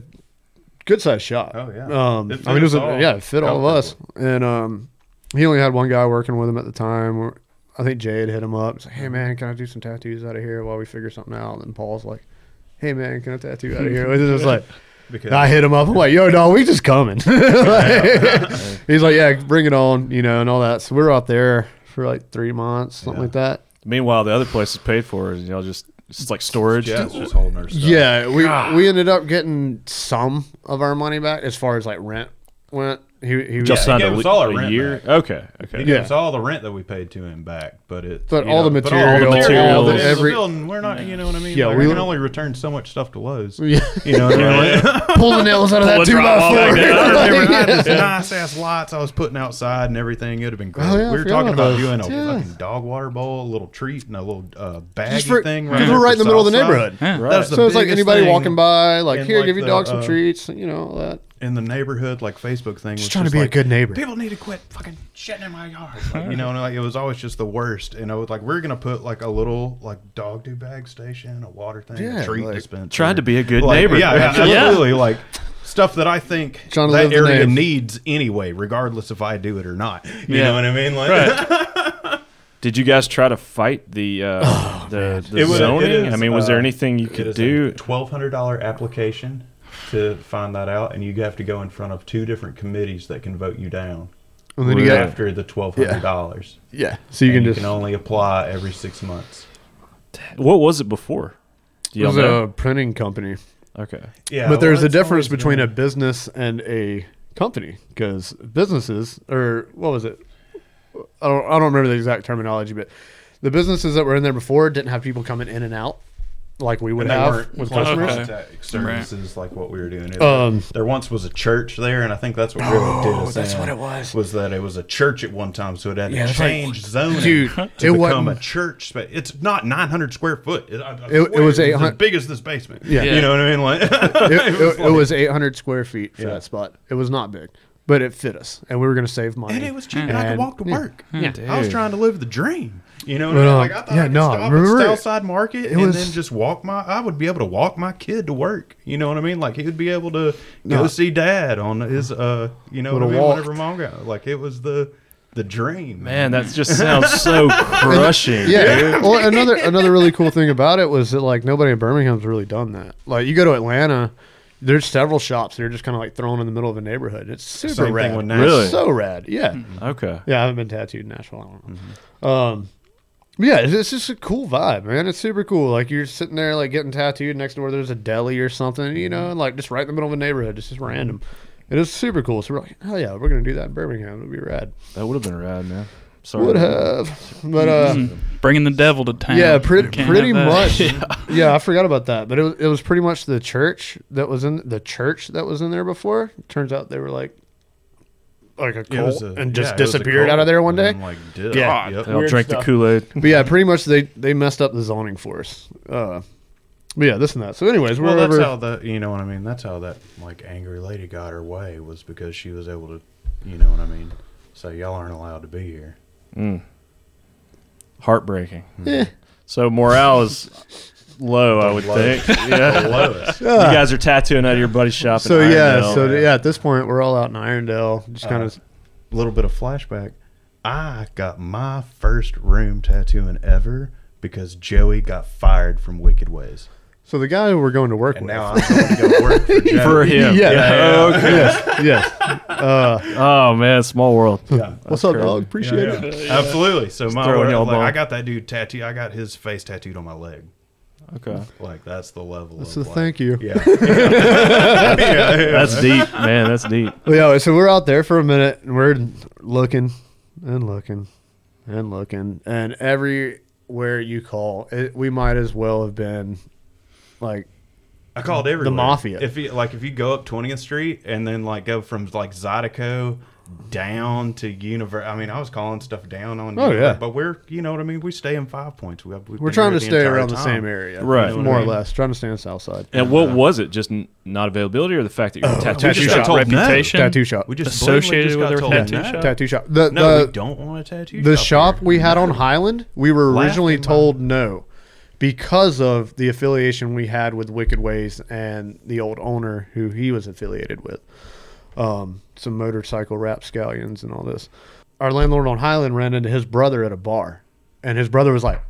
good sized shop. Oh, yeah. Um, It fit I mean, it was us a, all yeah, it fit all of us. And um, he only had one guy working with him at the time. We're- I think Jay had hit him up. He's like, hey man, can I do some tattoos out of here while we figure something out? And Paul's like, hey man, can I tattoo out of here? It was just like. because And I hit him up. I'm like, yo, no, we just coming. Like, he's like, yeah, bring it on, you know, and all that. So we were out there for like three months, something Yeah. like that. Meanwhile, the other place is paid for, and y'all just it's just like storage. Jeff's just holding her stuff. Yeah, we we ended up getting some of our money back as far as like rent went. He he was, Just Yeah, signed he gave a, us le- all our a rent year. back. Okay, He okay. Yeah. gives us all the rent that we paid to him back, but it. But you all know, the but all material, all the in every- building, we're not. You know what I mean? Yeah, Yeah, like, we- we can only return so much stuff to Lowe's. yeah, You know what I mean? pull the nails out of that Pull the two by drywall four. back down. I remember I Like, had yeah. these nice ass lights I was putting outside and everything. It would have been great. Oh, yeah, I we were forgot talking about about doing those. a Yeah. fucking dog water bowl, a little treat, and a little uh, baggy Just for- thing. 'cause we're up right in the middle of the south side. neighborhood. Yeah. That's the So it's like biggest anybody thing walking by, like in, here, like, give your the, dog some uh, treats, you know, all that. in the neighborhood, like Facebook thing. was Just trying to be a like, good neighbor. People need to quit fucking shitting in my yard. Like, you know, and like, it was always just the worst. And I was like, we're gonna put like a little like dog do bag station, a water thing, Yeah, a treat like- dispenser. Tried to be a good Like, neighbor. Yeah, Yeah. absolutely. Like stuff that I think Trying to live that the area name. needs anyway, regardless if I do it or not. You Yeah. know what I mean? Like, Did you guys try to fight the uh, the, the Oh, It was- it zoning? I is, mean, was there uh, anything you It could is do? a twelve hundred dollar application to find that out, and you have to go in front of two different committees that can vote you down And then you Yeah. got after the twelve hundred dollars. yeah. So you And can you just can only apply every six months. What was it before? Do it y'all was know? a printing company. Okay. Yeah, but there's well, a it's difference always between been- a business and a company because businesses or what was it? I don't, I don't remember the exact terminology, but the businesses that were in there before didn't have people coming in and out like we would and they have weren't with close customers. Okay. contact services like what we were doing. It- Um, Oh, there once was a church there, and I think that's what really did us that's in, what it was. Was that it was a church at one time, so it had Yeah, to it's like- change zoning Dude, to it become a wasn't- church. spa it's not 900 square foot. It, I- I It- it swear, was it's 800 as big as this basement. Yeah. Yeah. you know what I mean. Like, It, it- it was 800 square feet for Yeah. that spot. It was not big, but it fit us, and we were going to save money. and it was cheap, and, I could And- walk to yeah. work. Yeah. I was Dude. trying to live the dream. You know, what But, I mean? um, like I thought yeah, I could no, stop remember it- at Southside Market it and was- then just walk my. I would be able to walk my kid to work. You know what I mean? Like he would be able to go No. see dad on his. uh You know what I Would've mean? walked. Whenever mom got like it was the the dream. Man, that just sounds so crushing. Yeah. Well, another another really cool thing about it was that like nobody in Birmingham's really done that. Like you go to Atlanta, there's several shops that are just kind of like thrown in the middle of a neighborhood. It's super Same thing rad. with It's Nashville. So rad. Yeah. Mm-hmm. Okay. Yeah. I haven't been tattooed in Nashville. I don't know. Um. but Yeah, it's, it's just a cool vibe, man. It's super cool. Like you're sitting there, like getting tattooed. Next door, there's a deli or something, you know, and, like just right in the middle of a neighborhood. It's just random. It is super cool. So we're like, hell yeah, we're gonna do that in Birmingham. It'll be rad. That would have been rad, man. Sorry. Would have, but uh, Bringing the devil to town. Yeah, pretty Can't pretty have that. much. yeah. I forgot about that. But it was, it was pretty much the church that was in the church that was in there before. Turns out they were like like a It was cult a- and just yeah, it was a disappeared cult. Mm-hmm. out of there one day. And, like, did- Yeah. yep. I'll Weird drink stuff. the Kool Aid. But yeah, pretty much they they messed up the zoning for us. Uh, but yeah, this and that. So anyways, Well, wherever that's how the you know what I mean. That's how that like angry lady got her way was because she was able to, you know what I mean. So y'all aren't allowed to be here. Mm. Heartbreaking. Eh. So morale is low, I The would lowest. think. Yeah. The lowest. You guys are tattooing out of your buddy's shop. so in yeah, Irondale. so yeah, at this point we're all out in Irondale, just Uh-huh. kind of little bit of flashback. I got my first room tattooing ever because Joey got fired from Wicked Ways, So the guy who we're going to work and with. now I'm going to go work for Joey. for him. Yeah. Yeah, yeah. yes, yes. Uh, Oh man, small world. Yeah. what's up, crazy. dog? Appreciate it. Yeah, yeah. Absolutely. So my throwing word, y'all like, ball. I got that dude tattooed. I got his face tattooed on my leg. Okay. Like that's the level. That's of a like- thank you. Yeah. Yeah, yeah. That's deep, man. That's deep. Well, yeah, so we're out there for a minute and we're looking and looking and looking. And everywhere you call, it, we might as well have been like, I called everywhere. mafia. If you like, if you go up 20th Street and then like go from like Zydeco down to Univer, I mean, I was calling stuff down on. Oh, Univer- yeah. but we're you know what I mean. We stay in Five Points. We, we've we're been trying here to the stay entire around the time. same area. Right. You know what More I or mean? less. Trying to stay on the south side. And what was it? Just n- not availability, or the fact Oh. that you're a tattoo we Tattoo shop? just shop got told no. reputation. Tattoo shop. We just Associated blatantly with just our got told No, tattoo shop? Tattoo shop. The, no the, we don't want a tattoo. the shop. shop we had on Highland, we were Laughing originally Mouth. told no because of the affiliation we had with Wicked Ways and the old owner who he was affiliated with. Um, some motorcycle rapscallions and all this. Our landlord on Highland ran into his brother at a bar, and his brother was like,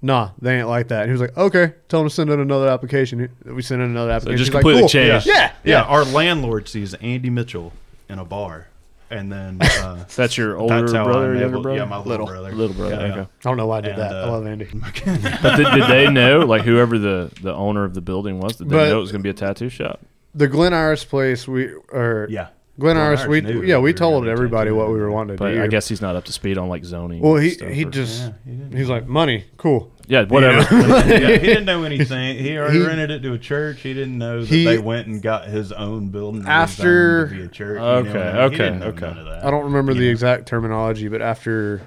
"Nah, they ain't like that." And he was like, "Okay, tell him to send in another application." We sent in another application. just He's like, completely "Cool." changed. Yeah, Yeah. yeah. Our landlord sees Andy Mitchell in a bar, and then uh, That's your older that's how brother, I'm younger able- brother. Yeah, my Little. little, brother. Little brother. Yeah, yeah. Okay. I don't know why I did And, that. I uh, love Andy. But did, did they know, like whoever the the owner of the building was, did they But- know it was going to be a tattoo shop? The Glen Iris place, we or Yeah. Glen Glen Iris, Iris we knew yeah, that we we were told gonna everybody do what it. we were wanting to But do. I guess he's not up to speed on like zoning. Well, and he stuff, he or- just Yeah, he did. he's like money, cool. yeah, whatever. yeah, he didn't know anything. He already He- rented it to a church. He didn't know that He- they went and got his own building and After- rezoned to be a church. Okay, what I mean? okay, He didn't know okay. none of that. I don't remember the Yeah. exact terminology, but after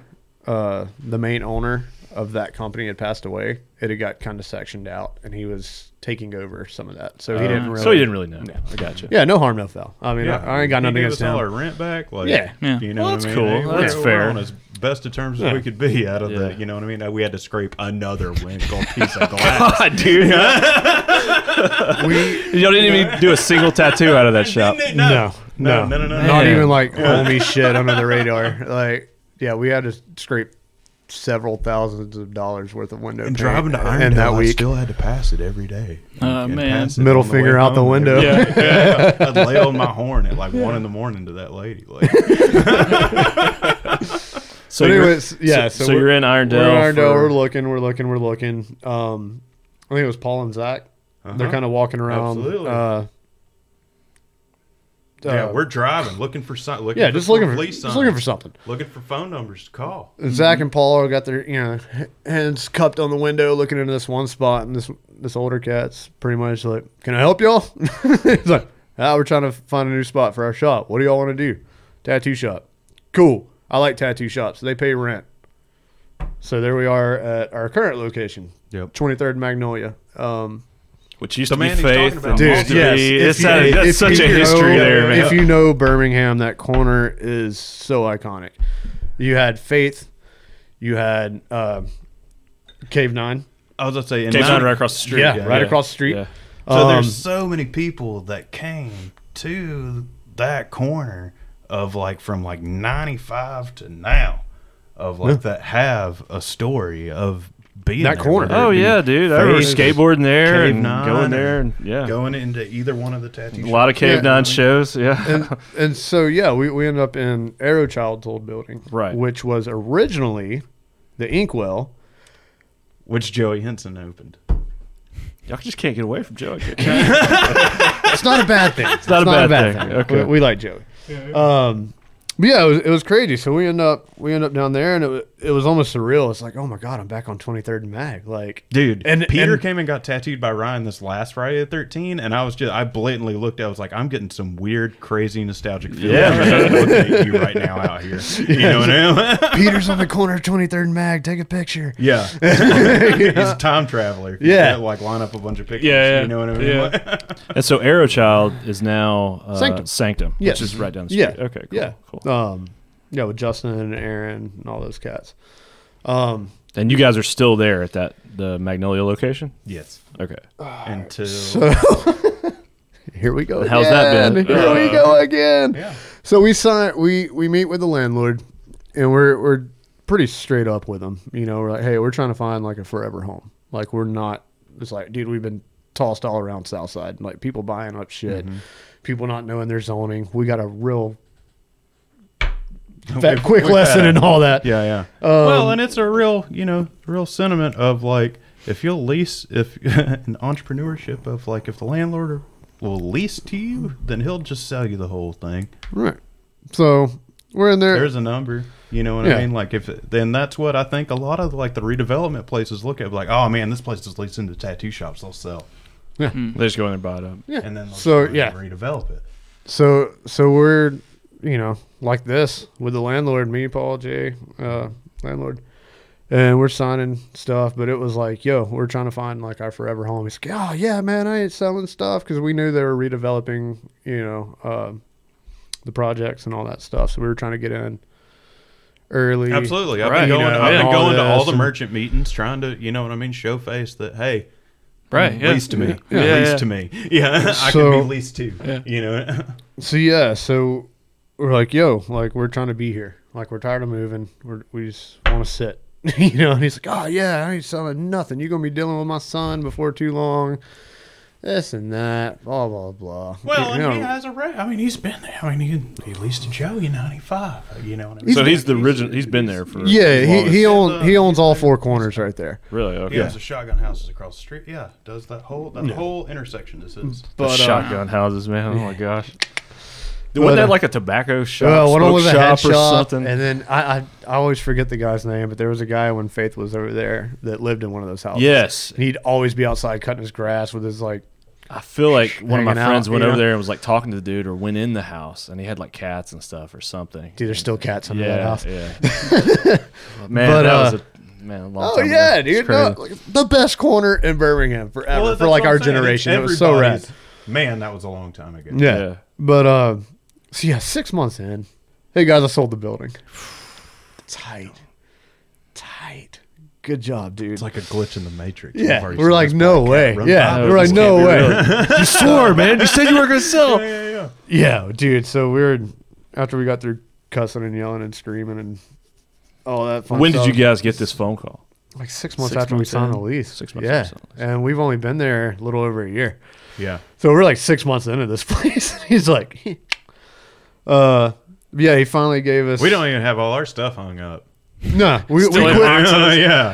uh, the main owner of that company had passed away, it had got kind of sectioned out, and he was taking over some of that. So he Uh, didn't really. So he didn't really know. I gotcha. Yeah, no harm, no foul. I mean, Oh. Yeah, I, I ain't got he nothing gave against us all him. our rent back. Like, Yeah. Yeah. you know Well, what that's I mean? cool. Hey, we're- That's we're fair. on as best of terms as we could be out of Yeah. the. You know what I mean? We had to scrape another wrinkled piece of glass. God, dude. Oh, We Y'all didn't even do a single tattoo out of that shop. Didn't it? no, no, No, no, no, no, not no. even like homie shit under the radar. Like, yeah, we had to scrape several thousands of dollars worth of window And paint driving to in Iron that I week. still had to pass it every day. Uh, Oh, And man. pass it Middle on finger way out the home every window. day. Yeah. I'd lay on my horn at like one in the morning to that lady. Like, So But you're- anyways, yeah, So, so so we're- you're in Irondale. We're in Irondale. for- We're looking. We're looking. We're looking. Um, I think it was Paul and Zach uh-huh. They're kind of walking around. Absolutely. Uh, yeah, uh, we're driving, looking for something. Looking yeah, for just looking for police just looking for signs, something. looking for phone numbers to call. And Zach and Paul got their you know hands cupped on the window, looking into this one spot, and this this older cat's pretty much like, "Can I help y'all?" He's like, ah, "We're trying to find a new spot for our shop. What do y'all want to do? Tattoo shop. Cool. I like tattoo shops. They pay rent. So there we are at our current location, Yep. twenty third Magnolia. Um, Which used The to be man he's talking faith. about. and Dude, used to yes, be- if it's you- had- if that's such a you history know- there, man. If you know Birmingham, that corner is so iconic. You had Faith, you had uh, Cave Nine, I was gonna say, and Cape none- Town right across the street. yeah, right across the street. Yeah. So Um, there's so many people that came to that corner of like from like 95 to now of like that have a story of being That there, corner. whether it Oh be yeah, dude. I remember Faith, skateboarding there Cave and Nine, going there and yeah, Going into either one of the tattoos. a lot of Cave Yeah. Nine shows. Yeah, and, and so yeah, we, we ended up in Aerochild's old building, Right. which was originally the Inkwell. which Joey Henson opened. y'all just can't get away from Joe. It's not a bad thing. It's not a bad thing. Okay. We, we like Joey. Um, but yeah, it was, it was crazy. So we end up we end up down there, and it was, it was almost surreal. It's like, oh my god, I'm back on 23rd and Mag. Like, Dude, And- and Peter and- came and got tattooed by Ryan this last Friday at 13, and I was just, I blatantly looked at, I was like, I'm getting some weird, crazy, nostalgic feeling. Yeah, just looking at you right now out here. You know what I mean? Peter's on the corner of 23rd and Mag. Take a picture. Yeah. He's a time traveler. You Yeah. can't, like line up a bunch of pictures. Yeah, yeah. You know what I mean? Yeah. and so Aerochild is now uh, Sanctum. Sanctum, Yes. which is right down the Yeah. street. Okay, cool, Yeah. cool. Um, yeah, with Justin and Aaron and all those cats. Um, And you guys are still there at that the Magnolia location. yes. Okay, Um, Until. so here we go. How's that again. been? Uh, Here we go again. yeah. So we sign, we we meet with the landlord, and we're we're pretty straight up with him. You know, we're like, hey, we're trying to find like a forever home. Like we're not. It's like, dude, we've been tossed all around Southside. Like people buying up shit, Mm-hmm. people not knowing their zoning. We got a real fat, We've- quick we've lesson had- and all that. Yeah, yeah. well, and it's a real, you know, real sentiment of like, if you'll lease, if an entrepreneurship of like, if the landlord will lease to you, then he'll just sell you the whole thing. Right. So we're in there. There's a number. You know what Yeah. I mean? Like, if then that's what I think a lot of like the redevelopment places look at, like, oh man, this place is leasing to tattoo shops, they'll sell. they just go in there and buy it up. yeah. And then they'll so just yeah. redevelop it. So so we're you know like this with the landlord, me, Paul, Jay, uh, landlord, and we're signing stuff. But it was like, yo, we're trying to find like our forever home. He's like, oh yeah, man, I ain't selling stuff because we knew they were redeveloping, you know, uh, the projects and all that stuff. So we were trying to get in early. Absolutely. I've Right. been going, You know, I've all been going to all this the and- merchant meetings trying to, you know what I mean, show face that, hey, Right. Yeah. lease to me. Yeah, lease yeah. to me. Yeah. I could So- be leased too. Yeah. You know? So yeah, so we're like, yo, like we're trying to be here. Like we're tired of moving. We're, we just want to sit. you know, and he's like, oh yeah, I ain't selling nothing. You're gonna be dealing with my son before too long. This and that, blah blah blah. Well, You and he know, has a right. I mean, he's been there. I mean, he, he leased to Joey in 95. You know what I mean? so he's the original. He's been there for yeah, as he long as- he owns uh, he owns all four corners right there. really okay. He owns the shotgun houses across the street. Yeah. Does that whole, that whole intersection is his. The But uh, shotgun houses, man. Oh my gosh. But, Wasn't uh, that like a tobacco shop, well, one smoke was a shop, head or shop, something? and then I, I I always forget the guy's name, but there was a guy when Faith was over there that lived in one of those houses. yes, and he'd always be outside cutting his grass with his like I feel like one of my Hanging out, friends went you over know? there and was like talking to the dude, or went in the house, and he had like cats and stuff or something. Dude, there's still cats under that yeah, house. yeah. man, But, that uh, was a man. A long Oh time ago. yeah, It's dude! crazy. No, like, the best corner in Birmingham forever Well, for that's like what our I'm saying. It's generation. It was so rad. everybody's- Man, that was a long time ago. Yeah. Yeah. but uh, so yeah, six months in. Hey guys, I sold the building. Tight, tight. Good job, dude. It's like a glitch in the matrix. We've yeah, already we're seen like this no podcast way. run Yeah, five No, we're like this no can't be way. real. you swore, man. You said you were gonna sell. Yeah, yeah, yeah. Yeah, dude. So we were after we got through cussing and yelling and screaming and all that. Fun When did stuff, you guys get this phone call? Like six months Six after months we signed in? the lease. Six months Yeah, after we signed the and we've only been there a little over a year. Yeah. So we're like six months into this place. And he's like, uh, yeah, he finally gave us. We don't even have all our stuff hung up. No, we, we Still in quit. boxes. yeah. Yeah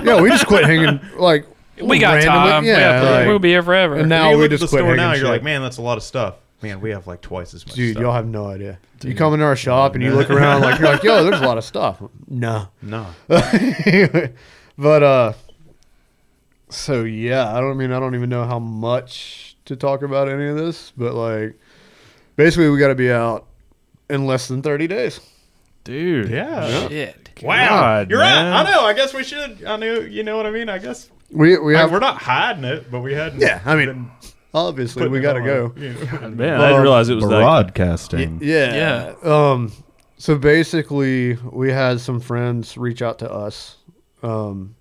we, yeah, we just quit hanging. Like, We got Randomly- time. yeah, we got like- we'll be here forever. And And now you we look at just the quit store now. hanging You're like, shit. man, that's a lot of stuff. Man, we have like twice as much. Dude, stuff. y'all have no idea. You come into our shop and you look around like you're like, yo, there's a lot of stuff. No. no. but uh so yeah, I don't mean I don't even know how much to talk about any of this, but like basically we gotta be out in less than thirty days. dude. Yeah. Shit. Wow, God, you're man. right. I know. I guess we should. I knew. You know what I mean. I guess We we like, have we're not hiding it, but we hadn't. Yeah, I mean obviously putting we it gotta on, go. you know. Man, I didn't realize it was like broadcasting. Yeah. Um so basically we had some friends reach out to us um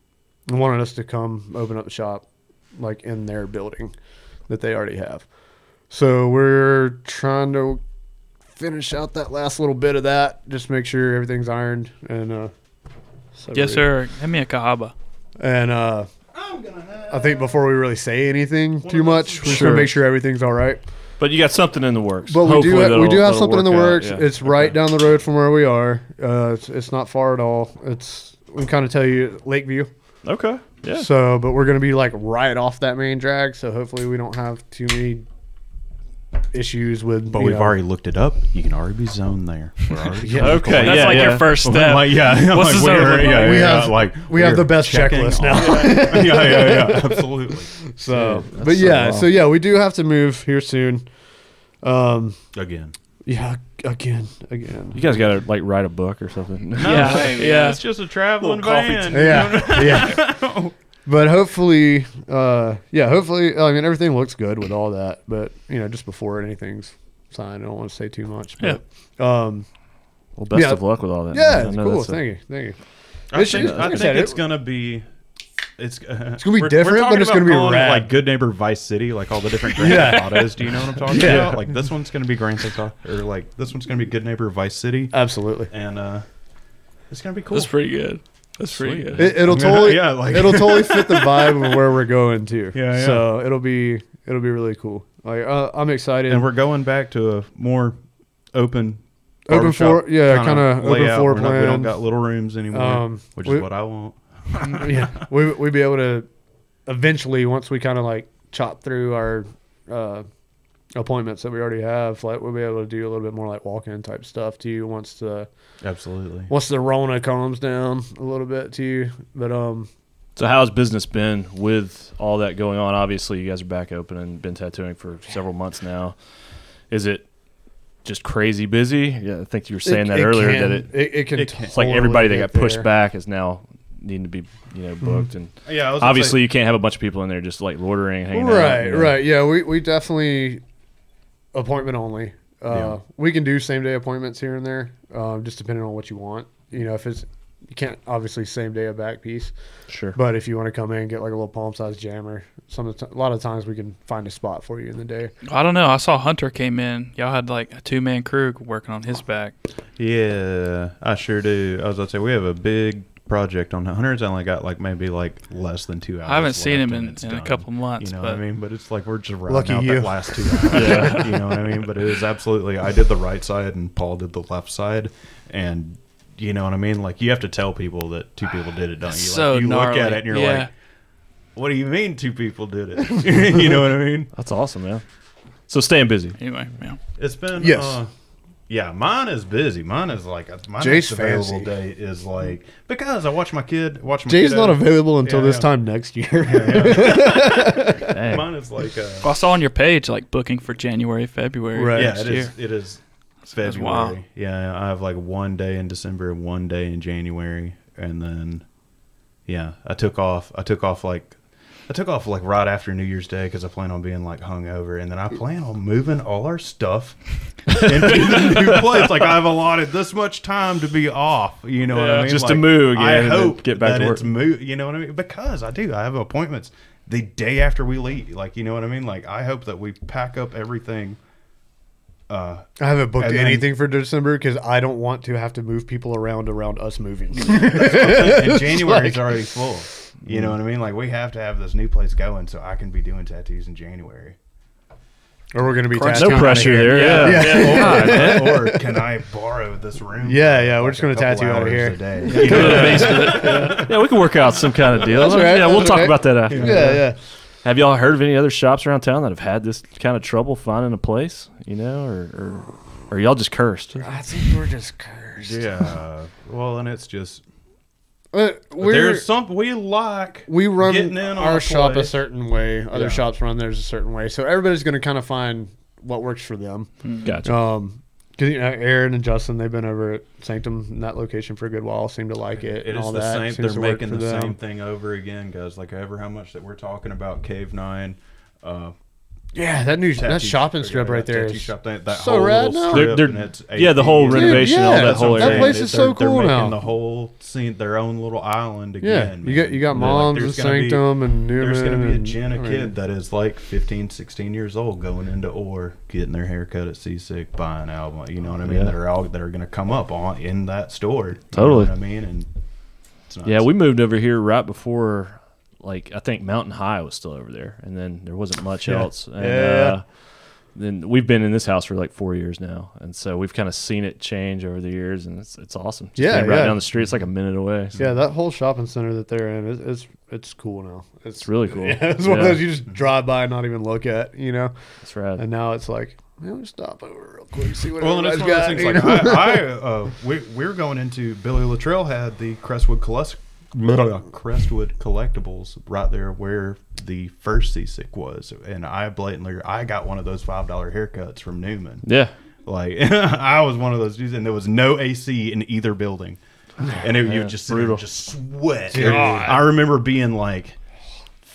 and wanted us to come open up the shop like in their building that they already have. So we're trying to finish out that last little bit of that, just make sure everything's ironed and uh so Yes, we- sir. Give me a cahaba. And uh I think before we really say anything too much, we're just Sure. gonna make sure everything's all right. But you got something in the works. But we do Hopefully have, we that'll- do have that'll something in the work out, works. yeah. It's right down the road from where we are. Uh, it's, it's not far at all. It's we can kind of tell you Lakeview. Okay. Yeah. So, but we're gonna be like right off that main drag. So hopefully we don't have too many issues with. But you we've know- already looked it up. You can already be zoned there. We're already zoned. Okay. That's yeah, like yeah. your first step. Like, yeah, What's like, the we're- zone? yeah, We yeah, have- like we have the best checking checklist all- yeah, yeah, yeah, absolutely. So, Dude, that's but so yeah, wild. so yeah, we do have to move here soon. Um, Again, yeah, again, again. You guys gotta like write a book or something. Yeah, yeah. it's just a traveling Little coffee van. Yeah, yeah. But hopefully, uh, yeah, hopefully, I mean, everything looks good with all that. But you know, just before anything's signed, I don't want to say too much. But, yeah. Um, Well, best Yeah. of luck with all that. yeah, man. I it's know cool. that's a- Thank you, thank you. I It's- think, it's- I it's- think it- it's gonna be. It's, uh, it's gonna be different, but it's gonna be rad. like Good Neighbor Vice City, like all the different Grand Yeah. Theft Autos. Do you know what I'm talking Yeah. about? Like this one's gonna be Grand Theft Auto, or like this one's gonna be Good Neighbor Vice City, Absolutely. and uh, it's gonna be cool. That's pretty good. That's pretty good. It, it'll Yeah, totally, yeah, like- it'll totally fit the vibe of where we're going to. Yeah, yeah. So it'll be, it'll be really cool. Like, uh, I'm excited. and we're going back to a more open, Open barbershop floor- yeah, kinda open layout. floor We're not- We plan. don't got little rooms anymore, Um, which we- is what I want. yeah, we we'd be able to eventually once we kind of like chop through our uh, appointments that we already have, like we'll be able to do a little bit more like walk in type stuff to you once the Absolutely. once the Rona calms down a little bit to you. But um, So how's business been with all that going on? Obviously, you guys are back open and been tattooing for several months now. Is it just crazy busy? Yeah, I think you were saying it- that it earlier can- that it, it, it can, it can- it's like totally everybody that get got pushed there. Mm-hmm. back is now needing to be you know booked and Yeah, I was gonna obviously you can't have a bunch of people in there just like loitering, hanging out. Right, you know. right, yeah. We we definitely appointment only. Uh, Yeah. We can do same day appointments here and there, um, just depending on what you want. You know, if it's you can't obviously same day a back piece, Sure. But if you want to come in and get like a little palm sized jammer, some of the t- a lot of times we can find a spot for you in the day. I don't know. I saw Hunter came in. Y'all had like a two man crew working on his back. Yeah, I sure do. I was about to say we have a big project on Hunter's only got like maybe like less than two hours. I haven't seen left him and in, it's in a done. couple months, You know but what I mean? But it's like we're just riding Lucky out you. that last two hours. you know what I mean? But it is absolutely I did the right side and Paul did the left side and you know what I mean? Like you have to tell people that two people did it, don't you? Like so you gnarly. look at it and you're yeah. like, What do you mean two people did it? you know what I mean? That's awesome, man. So staying busy. anyway, yeah. It's been Yes. Uh, yeah, mine is busy. Mine is like my next Jay's available fancy. day is like because I watch my kid watch my. Jay's kiddo. not available until Yeah, this yeah. time next year. Dang. Mine is like uh, Well, I saw on your page like booking for January, February. Right. yeah, next it year. is. It is that's wild. February. Yeah, I have like one day in December, and one day in January, and then yeah, I took off. I took off like. I took off like right after New Year's Day because I plan on being like hungover, and then I plan on moving all our stuff into the new place. Like I've allotted this much time to be off. You know what I Yeah, mean? just like, to move again I and then hope get back that to it's work. move. You know what I mean? Because I do. I have appointments the day after we leave. Like you know what I mean? Like I hope that we pack up everything. Uh, I haven't booked And then- anything for December because I don't want to have to move people around around us moving. and January's already full. You know what I mean? Like we have to have this new place going so I can be doing tattoos in January. Or we're gonna be Crunch tattooed. No Kinda pressure here. there. Yeah. Yeah. Yeah, or, or can I borrow this room? Yeah, yeah, for we're just like gonna a couple tattoo out of hours here. a day? Go to the basement. Yeah. we can work out some kind of deal. That's all right, Yeah, we'll that's talk all right. about that uh, after. Yeah, yeah. Have y'all heard of any other shops around town that have had this kind of trouble finding a place? You know, or or, or y'all just cursed? Mm-hmm. I think we're just cursed. yeah. Well, and it's just Uh, We're, there's something we like. we getting run in on our a shop a place. certain way. Other Yeah. shops run theirs a certain way. So everybody's gonna kind of find what works for them. Gotcha. Um, because you know Aaron and Justin, they've been over at Sanctum in that location for a good while. Seem to like it. It and is all the that. same. Seems They're to work making for the them. same thing over again, guys. Like ever how much that we're talking about Cave Nine, uh, Yeah, that new that tattoo- shopping or, strip yeah, right that there. tattoo is- shop, that, that so whole rad little now. strip They're- and they're- it's yeah, the whole APs. Dude, renovation, all yeah, that that's whole what I'm area. That place is so they're cool making now. The whole scene, their own little island again. yeah, man. you got you got Like, moms there's and gonna be- Sanctum and Newman. There's going to be a and- gen I of mean, kid that is like 15, 16 years old going into or getting their hair cut at Seasick, buying album. You know what I mean? Yeah. That are all that are going to come up on in that store. you know Totally. what I mean, and it's Yeah, nuts. we moved over here right before, like I think Mountain High was still over there, and then there wasn't much Yeah. else. And, Yeah. Uh, then we've been in this house for like four years now, and so we've kind of seen it change over the years, and it's it's awesome. Just Yeah, being right yeah. down the street, it's like a minute away. So Yeah, that whole shopping center that they're in is it's it's cool now. it's really cool. Yeah, it's one of those you just drive by and not even look at, you know. That's rad. And now it's like, man, we stop over real quick, see what Well, and it's one of those everybody's things. Like got. you know? I, I uh, we, we were going into Billy Latrell had the Crestwood Collectibles, Crestwood Collectibles right there where the first seasick was, and I blatantly I got one of those five dollar haircuts from Newman. yeah, Like I was one of those dudes, and there was no AC in either building, and it, you would just sit there and just sweat. I remember being like.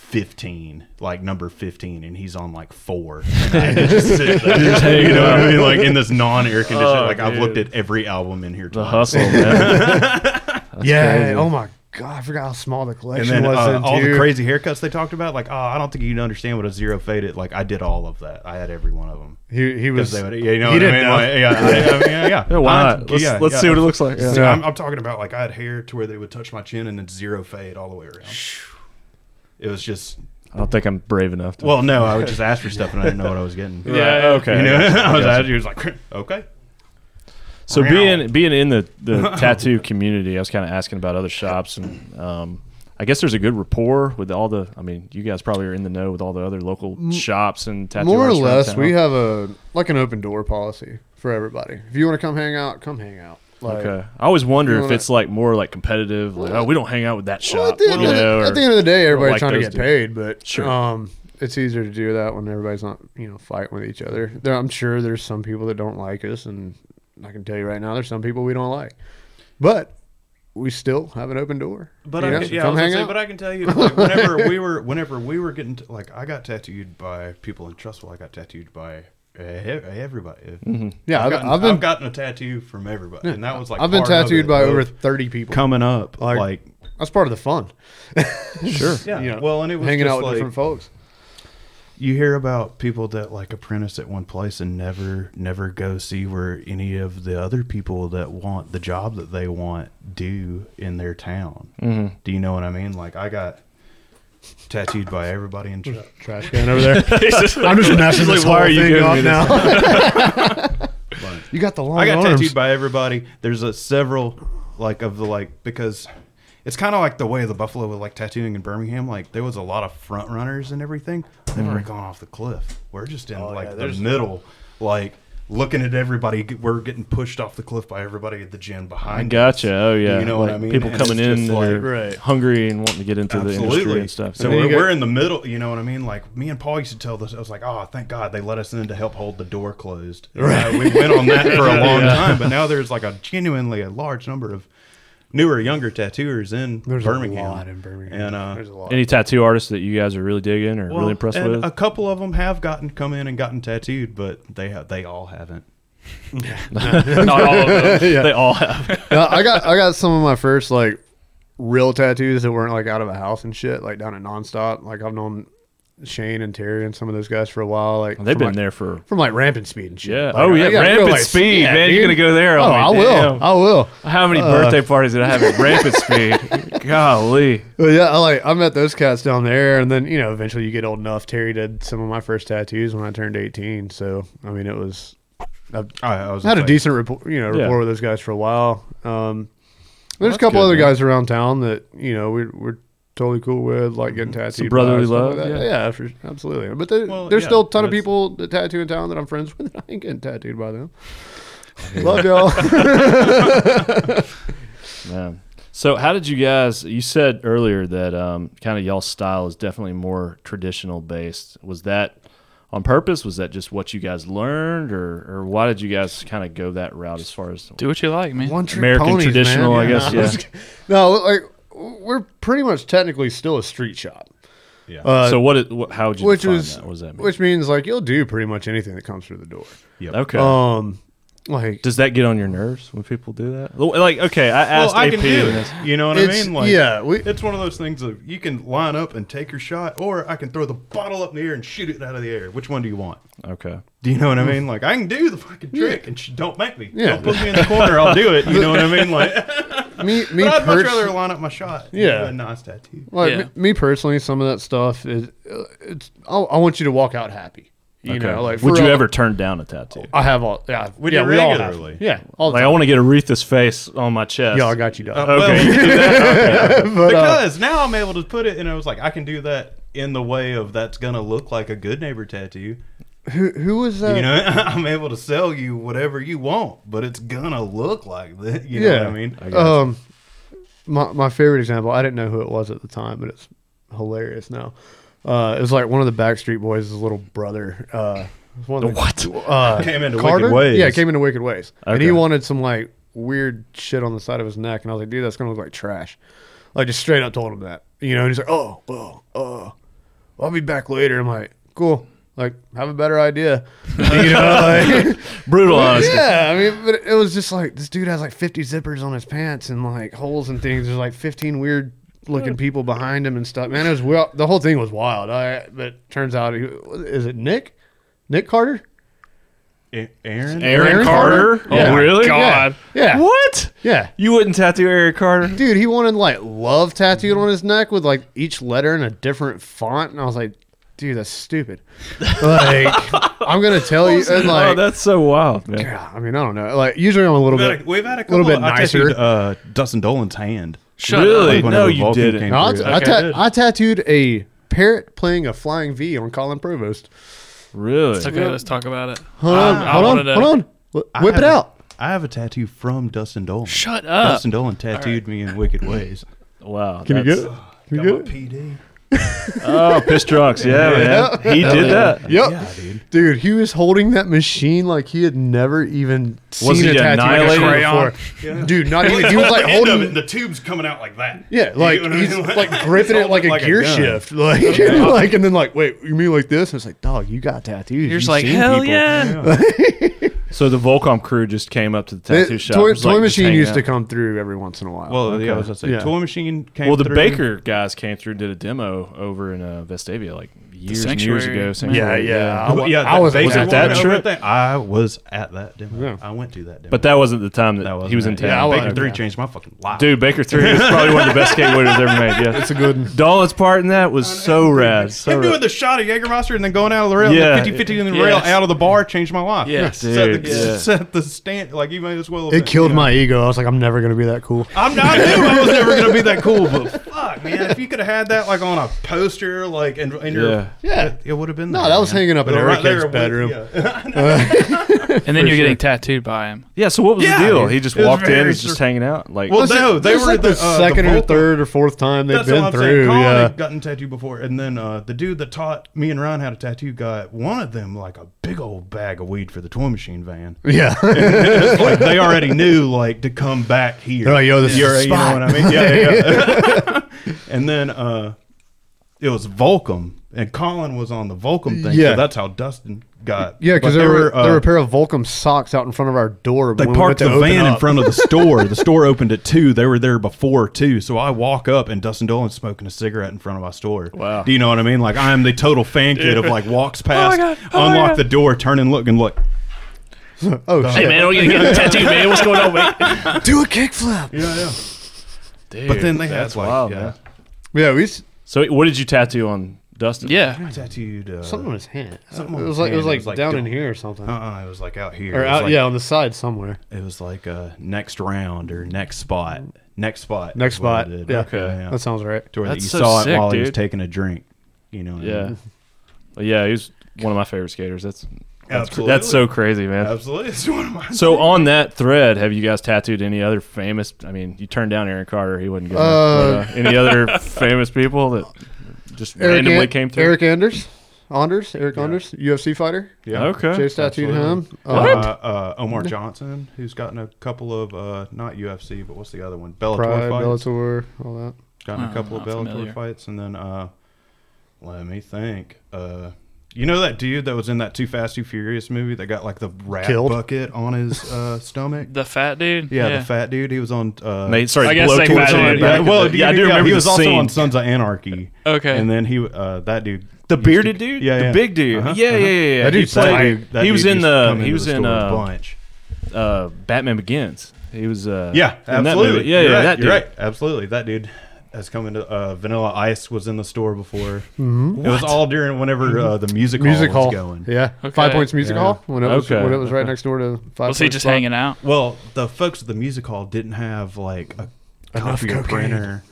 15 like number 15 and he's on like four and I just sit there, you know what I mean? like in this non-air conditioned Oh, like I've dude. looked at every album in here the twice. hustle. man. yeah. crazy. Oh my god, I forgot how small the and collection then was. uh, then, all the too. crazy haircuts they talked about like oh I don't think you'd understand what a zero faded like I did all of that I had every one of them He he was. because they would you know what he I didn't mean know. like, yeah, I, I mean, yeah yeah Yeah, why I- not? Let's, let's see what it looks like. Yeah. So I'm, I'm talking about like I had hair to where they would touch my chin and then zero fade all the way around. It was just I don't think I'm brave enough. To well, no, I would just ask for stuff and I didn't know what I was getting. Right, okay. You know, I was, I was like, okay, So Wow. being being in the, the tattoo community, I was kind of asking about other shops, and um, I guess there's a good rapport with all the. I mean, you guys probably are in the know with all the other local shops and tattoo. More or artists around less, we town. have a like an open door policy for everybody. If you want to come hang out, come hang out. Like, Okay, I always wonder You if wanna- it's like more like competitive. Like, oh, we don't hang out with that Well, shop. at, the end, you of the, know, at or- the end of the day, everybody's like trying to those get dudes. paid, but Sure. um, it's easier to do that when everybody's not, you know, fighting with each other. There, I'm sure there's some people that don't like us, and I can tell you right now, there's some people we don't like, but we still have an open door. But you I know? can, yeah, I come was gonna hang say, out. but I can tell you, like, whenever we were, whenever we were getting, t- like, I got tattooed by people in Trustwell. I got tattooed by eh, everybody. Yeah, I've, Mm-hmm. I've- gotten, I've been- I've gotten a tattoo from everybody, and that was like I've been part of tattooed it, by both over 30 people. coming up, Like- like, That's part of the fun. sure. yeah. you know, well, and it was hanging just out with like, different folks. you hear about people that like apprentice at one place and never never go see where any of the other people that want the job that they want do in their town do you know what i mean like i got tattooed by everybody in Tru- Trash can over there. I'm just messing like, this why whole are you thing giving up me this? now. But- you got the long I got arms. tattooed by everybody. There's a several like of the like because it's kind of like the way the Buffalo with like tattooing in Birmingham. Like there was a lot of front runners and everything. They've Hmm. already gone off the cliff. We're just in like the middle, like looking at everybody. Get- We're getting pushed off the cliff by everybody at the gym behind. I gotcha. us. Oh yeah, you know like, what I mean. People And it's coming just in that like- are Right. hungry and wanting to get into the industry Absolutely. and stuff. So And then we're, you we're got- in the middle, you know what I mean? Like me and Paul used to tell this. I was like, oh, thank God they let us in to help hold the door closed. Right. we went on that for a long time, but now there's like a genuinely a large number of newer, younger tattooers in There's Birmingham. a lot in Birmingham. And uh, There's a lot. any tattoo artists that you guys are really digging or well, really impressed and with? A couple of them have gotten come in and gotten tattooed, but they ha- they all haven't. Not all of them. They all have. No, I got I got some of my first like real tattoos that weren't like out of a house and shit, like down at nonstop. Like I've known Shane and Terry and some of those guys for a while. Like They've from, been like, there for from like rampant speed and shit. Yeah. Like, oh I yeah. gotta Rampant go, like, speed, yeah, man. You're dude. gonna go there. Oh, on I me. will. Damn. I will. How many birthday parties did I have at rampant speed? Golly. But yeah, I like I met those cats down there, and then you know eventually you get old enough. Terry did some of my first tattoos when I turned eighteen, so I mean it was I, I was I had a like, decent rapport, you know Yeah. rapport with those guys for a while. Um, there's that's a couple good, other man. guys around town that you know we, we're totally cool with, like getting tattooed. by, brotherly stuff like love, that. yeah. yeah, for, absolutely. But there, Well, there's yeah, still a ton of that's- people that tattoo in town that I'm friends with. I ain't getting tattooed by them. Love y'all. Man. So how did you guys you said earlier that um, kind of y'all style is definitely more traditional based. Was that on purpose? Was that just what you guys learned or or why did you guys kind of go that route as far as Do what you like, man. One trick American ponies, man. traditional, I guess, yeah. no, like we're pretty much technically still a street shop. Yeah. Uh, So what it- what how would you which define was that? What does that mean? which means like you'll do pretty much anything that comes through the door. yep. okay. Um, like does that get on your nerves when people do that? Like okay, I Well, asked I AP can do and it. this- You know what I it's, mean? Like, yeah, we It's one of those things of you can line up and take your shot, or I can throw the bottle up in the air and shoot it out of the air. Which one do you want? Okay. Do you know what I mean? Like I can do the fucking trick, and sh- don't make me. Yeah. Don't put me in the corner. I'll do it. You know what I mean? Like me me I'd much pers- rather line up my shot. Yeah. than a nice tattoo. like Yeah. me, me personally, some of that stuff is uh, it's I, I want you to walk out happy. You okay. know, like would for Oh, you all- ever turn down a tattoo? I have all. Yeah, We yeah, do we all have. regularly. Yeah, all the Like I time. want to get Aretha's face on my chest. Yeah, I got you done. Uh, well, Okay. you do that. Okay. uh, because now I'm able to put it, and I was like, I can do that in the way of that's gonna look like a good neighbor tattoo. who who was that? You know, I'm able to sell you whatever you want, but it's gonna look like that. You know what I mean? um, my my favorite example. I didn't know who it was at the time, but it's hilarious now. Uh, it was like one of the Backstreet Boys' little brother. Uh, it was one of the, What? Uh, Came into Carter? Wicked Ways. Yeah, came into Wicked Ways, and he Okay. wanted some like weird shit on the side of his neck, and I was like, dude, that's gonna look like trash. Like just straight up told him that, you know. And he's like, oh, well, uh, I'll be back later. I'm like, cool. Like, have a better idea. you know, like, Brutal honesty. yeah, I mean, but it was just like this dude has like 50 zippers on his pants and like holes and things. There's like 15 weird looking people behind him and stuff. Man, it was well, the whole thing was wild. I, but turns out, he, is it Nick? Nick Carter? A- Aaron, Aaron. Aaron Carter? Carter? Yeah. Oh, really? God. Yeah. What? Yeah. You wouldn't tattoo Aaron Carter? Dude, he wanted like love tattooed on his neck with like each letter in a different font. And I was like, dude, that's stupid. Like, I'm going to tell you. And oh, like, that's so wild, man. yeah, I mean, I don't know. Like, usually I'm a little We've had a, bit. we've had a couple little bit of I tattooed, nicer. uh, Dustin Dolan's hand. Shut really? Like whenever no, you Vulcan didn't. came No, I, through. I Okay, ta- good. I tattooed a parrot playing a flying V on Colin Provost. Really? Okay, let's talk about it. Hold I- on, Ah, I hold on, wanted to- hold on. Wh- I Whip have it a- out. I have a tattoo from Dustin Dolan. Shut up. Dustin Dolan tattooed me in wicked ways. Wow. Can you get that's- it? Can you get it? PD. Oh, piss drunks. Yeah, man. He did that. Yep. Yeah, dude. Dude, he was holding that machine like he had never even seen he a tattoo like a annihilated? crayon. Yeah. Dude, not even. He was like the end of holding. it, the tube's coming out like that. yeah, You like know what I he's mean? like gripping It's it like a holding gear gun. shift, like, like, and then like, wait, you mean like this? And it's like, dog, you got tattoos. You're just You've like, seen hell people." yeah. So the Volcom crew just came up to the The tattoo shop. toy, was like, toy just machine hanging used to out. come through every once in a while. Well, yeah, I was gonna say, Yeah. toy machine came. Well, the through. Baker guys came through and did a demo over in uh, Vestavia like years and years Sanctuary. ago. Yeah, yeah, Sanctuary, yeah. I, wa- Yeah, I was, Baker was it at one that over trip? there. I was at that demo. Yeah. I went to that demo. But that wasn't the time that, that was he was in town. Yeah, I Baker wasn't. Three Yeah. changed my fucking life. Dude, Baker 3 was probably one of the best skateboarders ever made. Yeah. It's a good one. Dolan's part in that was so rad. So Him doing rad. the shot of Jägermeister and then going out of the rail, Yeah. yeah, 50 50 in the rail, Yes. out of the bar changed my life. Yes. set, Dude, the, yeah. set the stand like you might as well. have It been, killed you know. my ego. I was like, I'm never gonna be that cool. I'm not. I knew I was never gonna be that cool, but fuck, man, if you could have had that like on a poster, like and in your Yeah. Yeah. it would have been. No, there, that was man. hanging up in Right Eric there Kid's with- bedroom. yeah. And then you're getting tattooed by him. Yeah, so what was Yeah, the deal? dude. He just It was walked in very and was just sur- hanging out. Like, Well, That's no, it- they that's were like the, the, uh, the second or vocal- third or fourth time they've That's what been I'm through. saying. Colin Yeah. had gotten tattooed before, and then uh, the dude that taught me and Ryan how to tattoo got one of them like a big old bag of weed for the toy machine van. Yeah. It's like they already knew like to come back here. They're like, yo, this is You're- the you know spot. what I mean? Yeah, yeah. yeah. and then uh, it was Volcom, and Colin was on the Volcom thing. Yeah. so that's how Dustin got. yeah, But because there, were uh, there were a pair of Volcom socks out in front of our door. they when we parked the went to open van in up. front of the store. The store opened at two. They were there before two. So I walk up and Dustin Dolan's smoking a cigarette in front of my store. Wow. Do you know what I mean? Like I am the total fan kid of like walks past, God. Oh my unlock God. the door, turn and look and look. Oh shit! man, we're going to get a tattoo, man. What's going on, man? Do a kickflip. Yeah, yeah. Dude, but then they that's had like wild, yeah, man. Yeah, we s- So what did you tattoo on Dustin? Yeah. I tattooed uh, something on his hand. something on it his was like it was hand. It like, was like down down- in here or something, Uh, uh it was like out here. or It was out like- yeah on the side somewhere. It was like uh, next round or next spot, next spot, Next is what I spot, did. yeah. Okay. yeah. That sounds right. to where That's you so saw sick, it while he was dude. taking a drink. You know, what I Yeah. mean? Well, yeah, he was one of my favorite skaters. That's that's, cr- Absolutely. that's so crazy, man. absolutely. It's one of my So um, on that thread, have you guys tattooed any other famous? I mean, you turned down Aaron Carter; he wouldn't give Uh, up. But, uh, any other famous people that just Eric randomly An- came through? Eric Anders, Anders, Eric Anders, UFC fighter. yeah. Okay. Chase tattooed absolutely. him. Uh, Uh, uh, Omar Johnson, who's gotten a couple of uh, not UFC, but what's the other one? Bellator Pride, fights. Bellator, all that. Gotten a Oh, couple of not Bellator familiar. fights, and then uh, let me think. Uh, you know that dude that was in that Too Fast Too Furious movie that got like the rat Killed? bucket on his uh, stomach. The fat dude. Yeah, the fat dude. He was on. Uh, Nate, sorry, I guess they blowtorch. fat Yeah, dude. Yeah, back in well, the- yeah, I do yeah, remember he the was also scene. on Sons of Anarchy. Okay. And then he, uh, that dude, the used to- bearded dude, Yeah, the yeah. big dude. Uh-huh, Yeah, yeah, yeah, yeah. That he dude's played. that he was dude in used to the. come He into was the in store a uh, bunch. uh, Batman Begins. He was. Uh, Yeah, in that absolutely. movie. Yeah, You're yeah, right, that you're dude. right. Absolutely, that dude has come into. Uh, Vanilla Ice was in the store before. Mm-hmm. It was all during whenever uh, the music Music hall hall, was going. yeah, Okay. Five Points Music Yeah. Hall when it was Okay. when it was right next door to Five. was he Points just Bar. hanging out? Well, the folks at the music hall didn't have like a Enough copier cocaine. printer,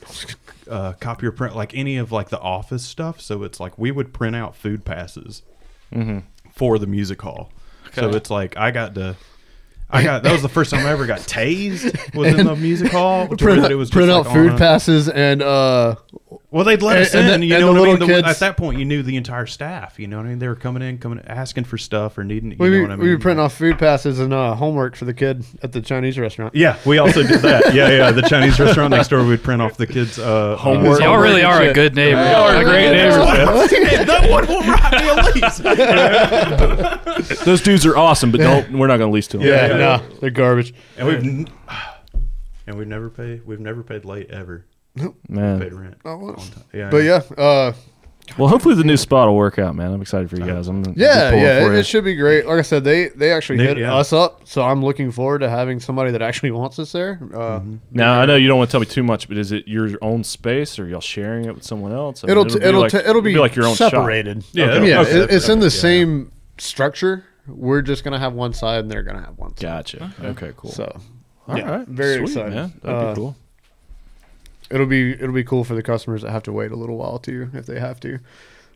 uh, copier print like any of like the office stuff. So it's like we would print out food passes Mm-hmm. for the music hall. So Okay. it's like I got to. I got that was the first time I ever got tased was in the music hall. to where Print, that it was just, print like, out food on a- passes and uh, Well, they'd let And- us and in. the- you and know what the I mean? little The- kids- at that point, you knew the entire staff. You know what I mean? They were coming in, coming, asking for stuff or needing. You we, know we, what I mean? we were printing off food passes and uh, homework for the kid at the Chinese restaurant. Yeah, we also did that. Yeah, yeah. The Chinese restaurant next door, we'd print off the kids' uh, Homework. Y'all really are a good neighbor. are great neighbors, man. that one will rock me at least. Those dudes are awesome, but don't. We're not going to lease to them. Yeah, Yeah. no, they're garbage. and we've n- and we've never paid. We've never paid late ever. Paid man. rent. Oh, well. Yeah, But yeah, uh, Well, hopefully the new spot will work out, man. I'm excited for you guys. I'm gonna yeah, be pulling yeah, for it, you. it should be great. Like I said, they they actually They- hit yeah. us up, so I'm looking forward to having somebody that actually wants us there. Uh, Mm-hmm. Now I know you don't want to tell me too much, but is it your own space, or y'all sharing it with someone else? I mean, It'll t- it'll like, t- it'll be like your own shop. separated. Yeah, Yeah, okay. yeah, Okay. it- it's in the Yeah. same structure. We're just gonna have one side, and they're gonna have one side. Gotcha. Okay, cool. So All yeah, right. very Sweet, excited. Man. That'd Uh, be cool. it'll be it'll be cool for the customers that have to wait a little while too, if they have to.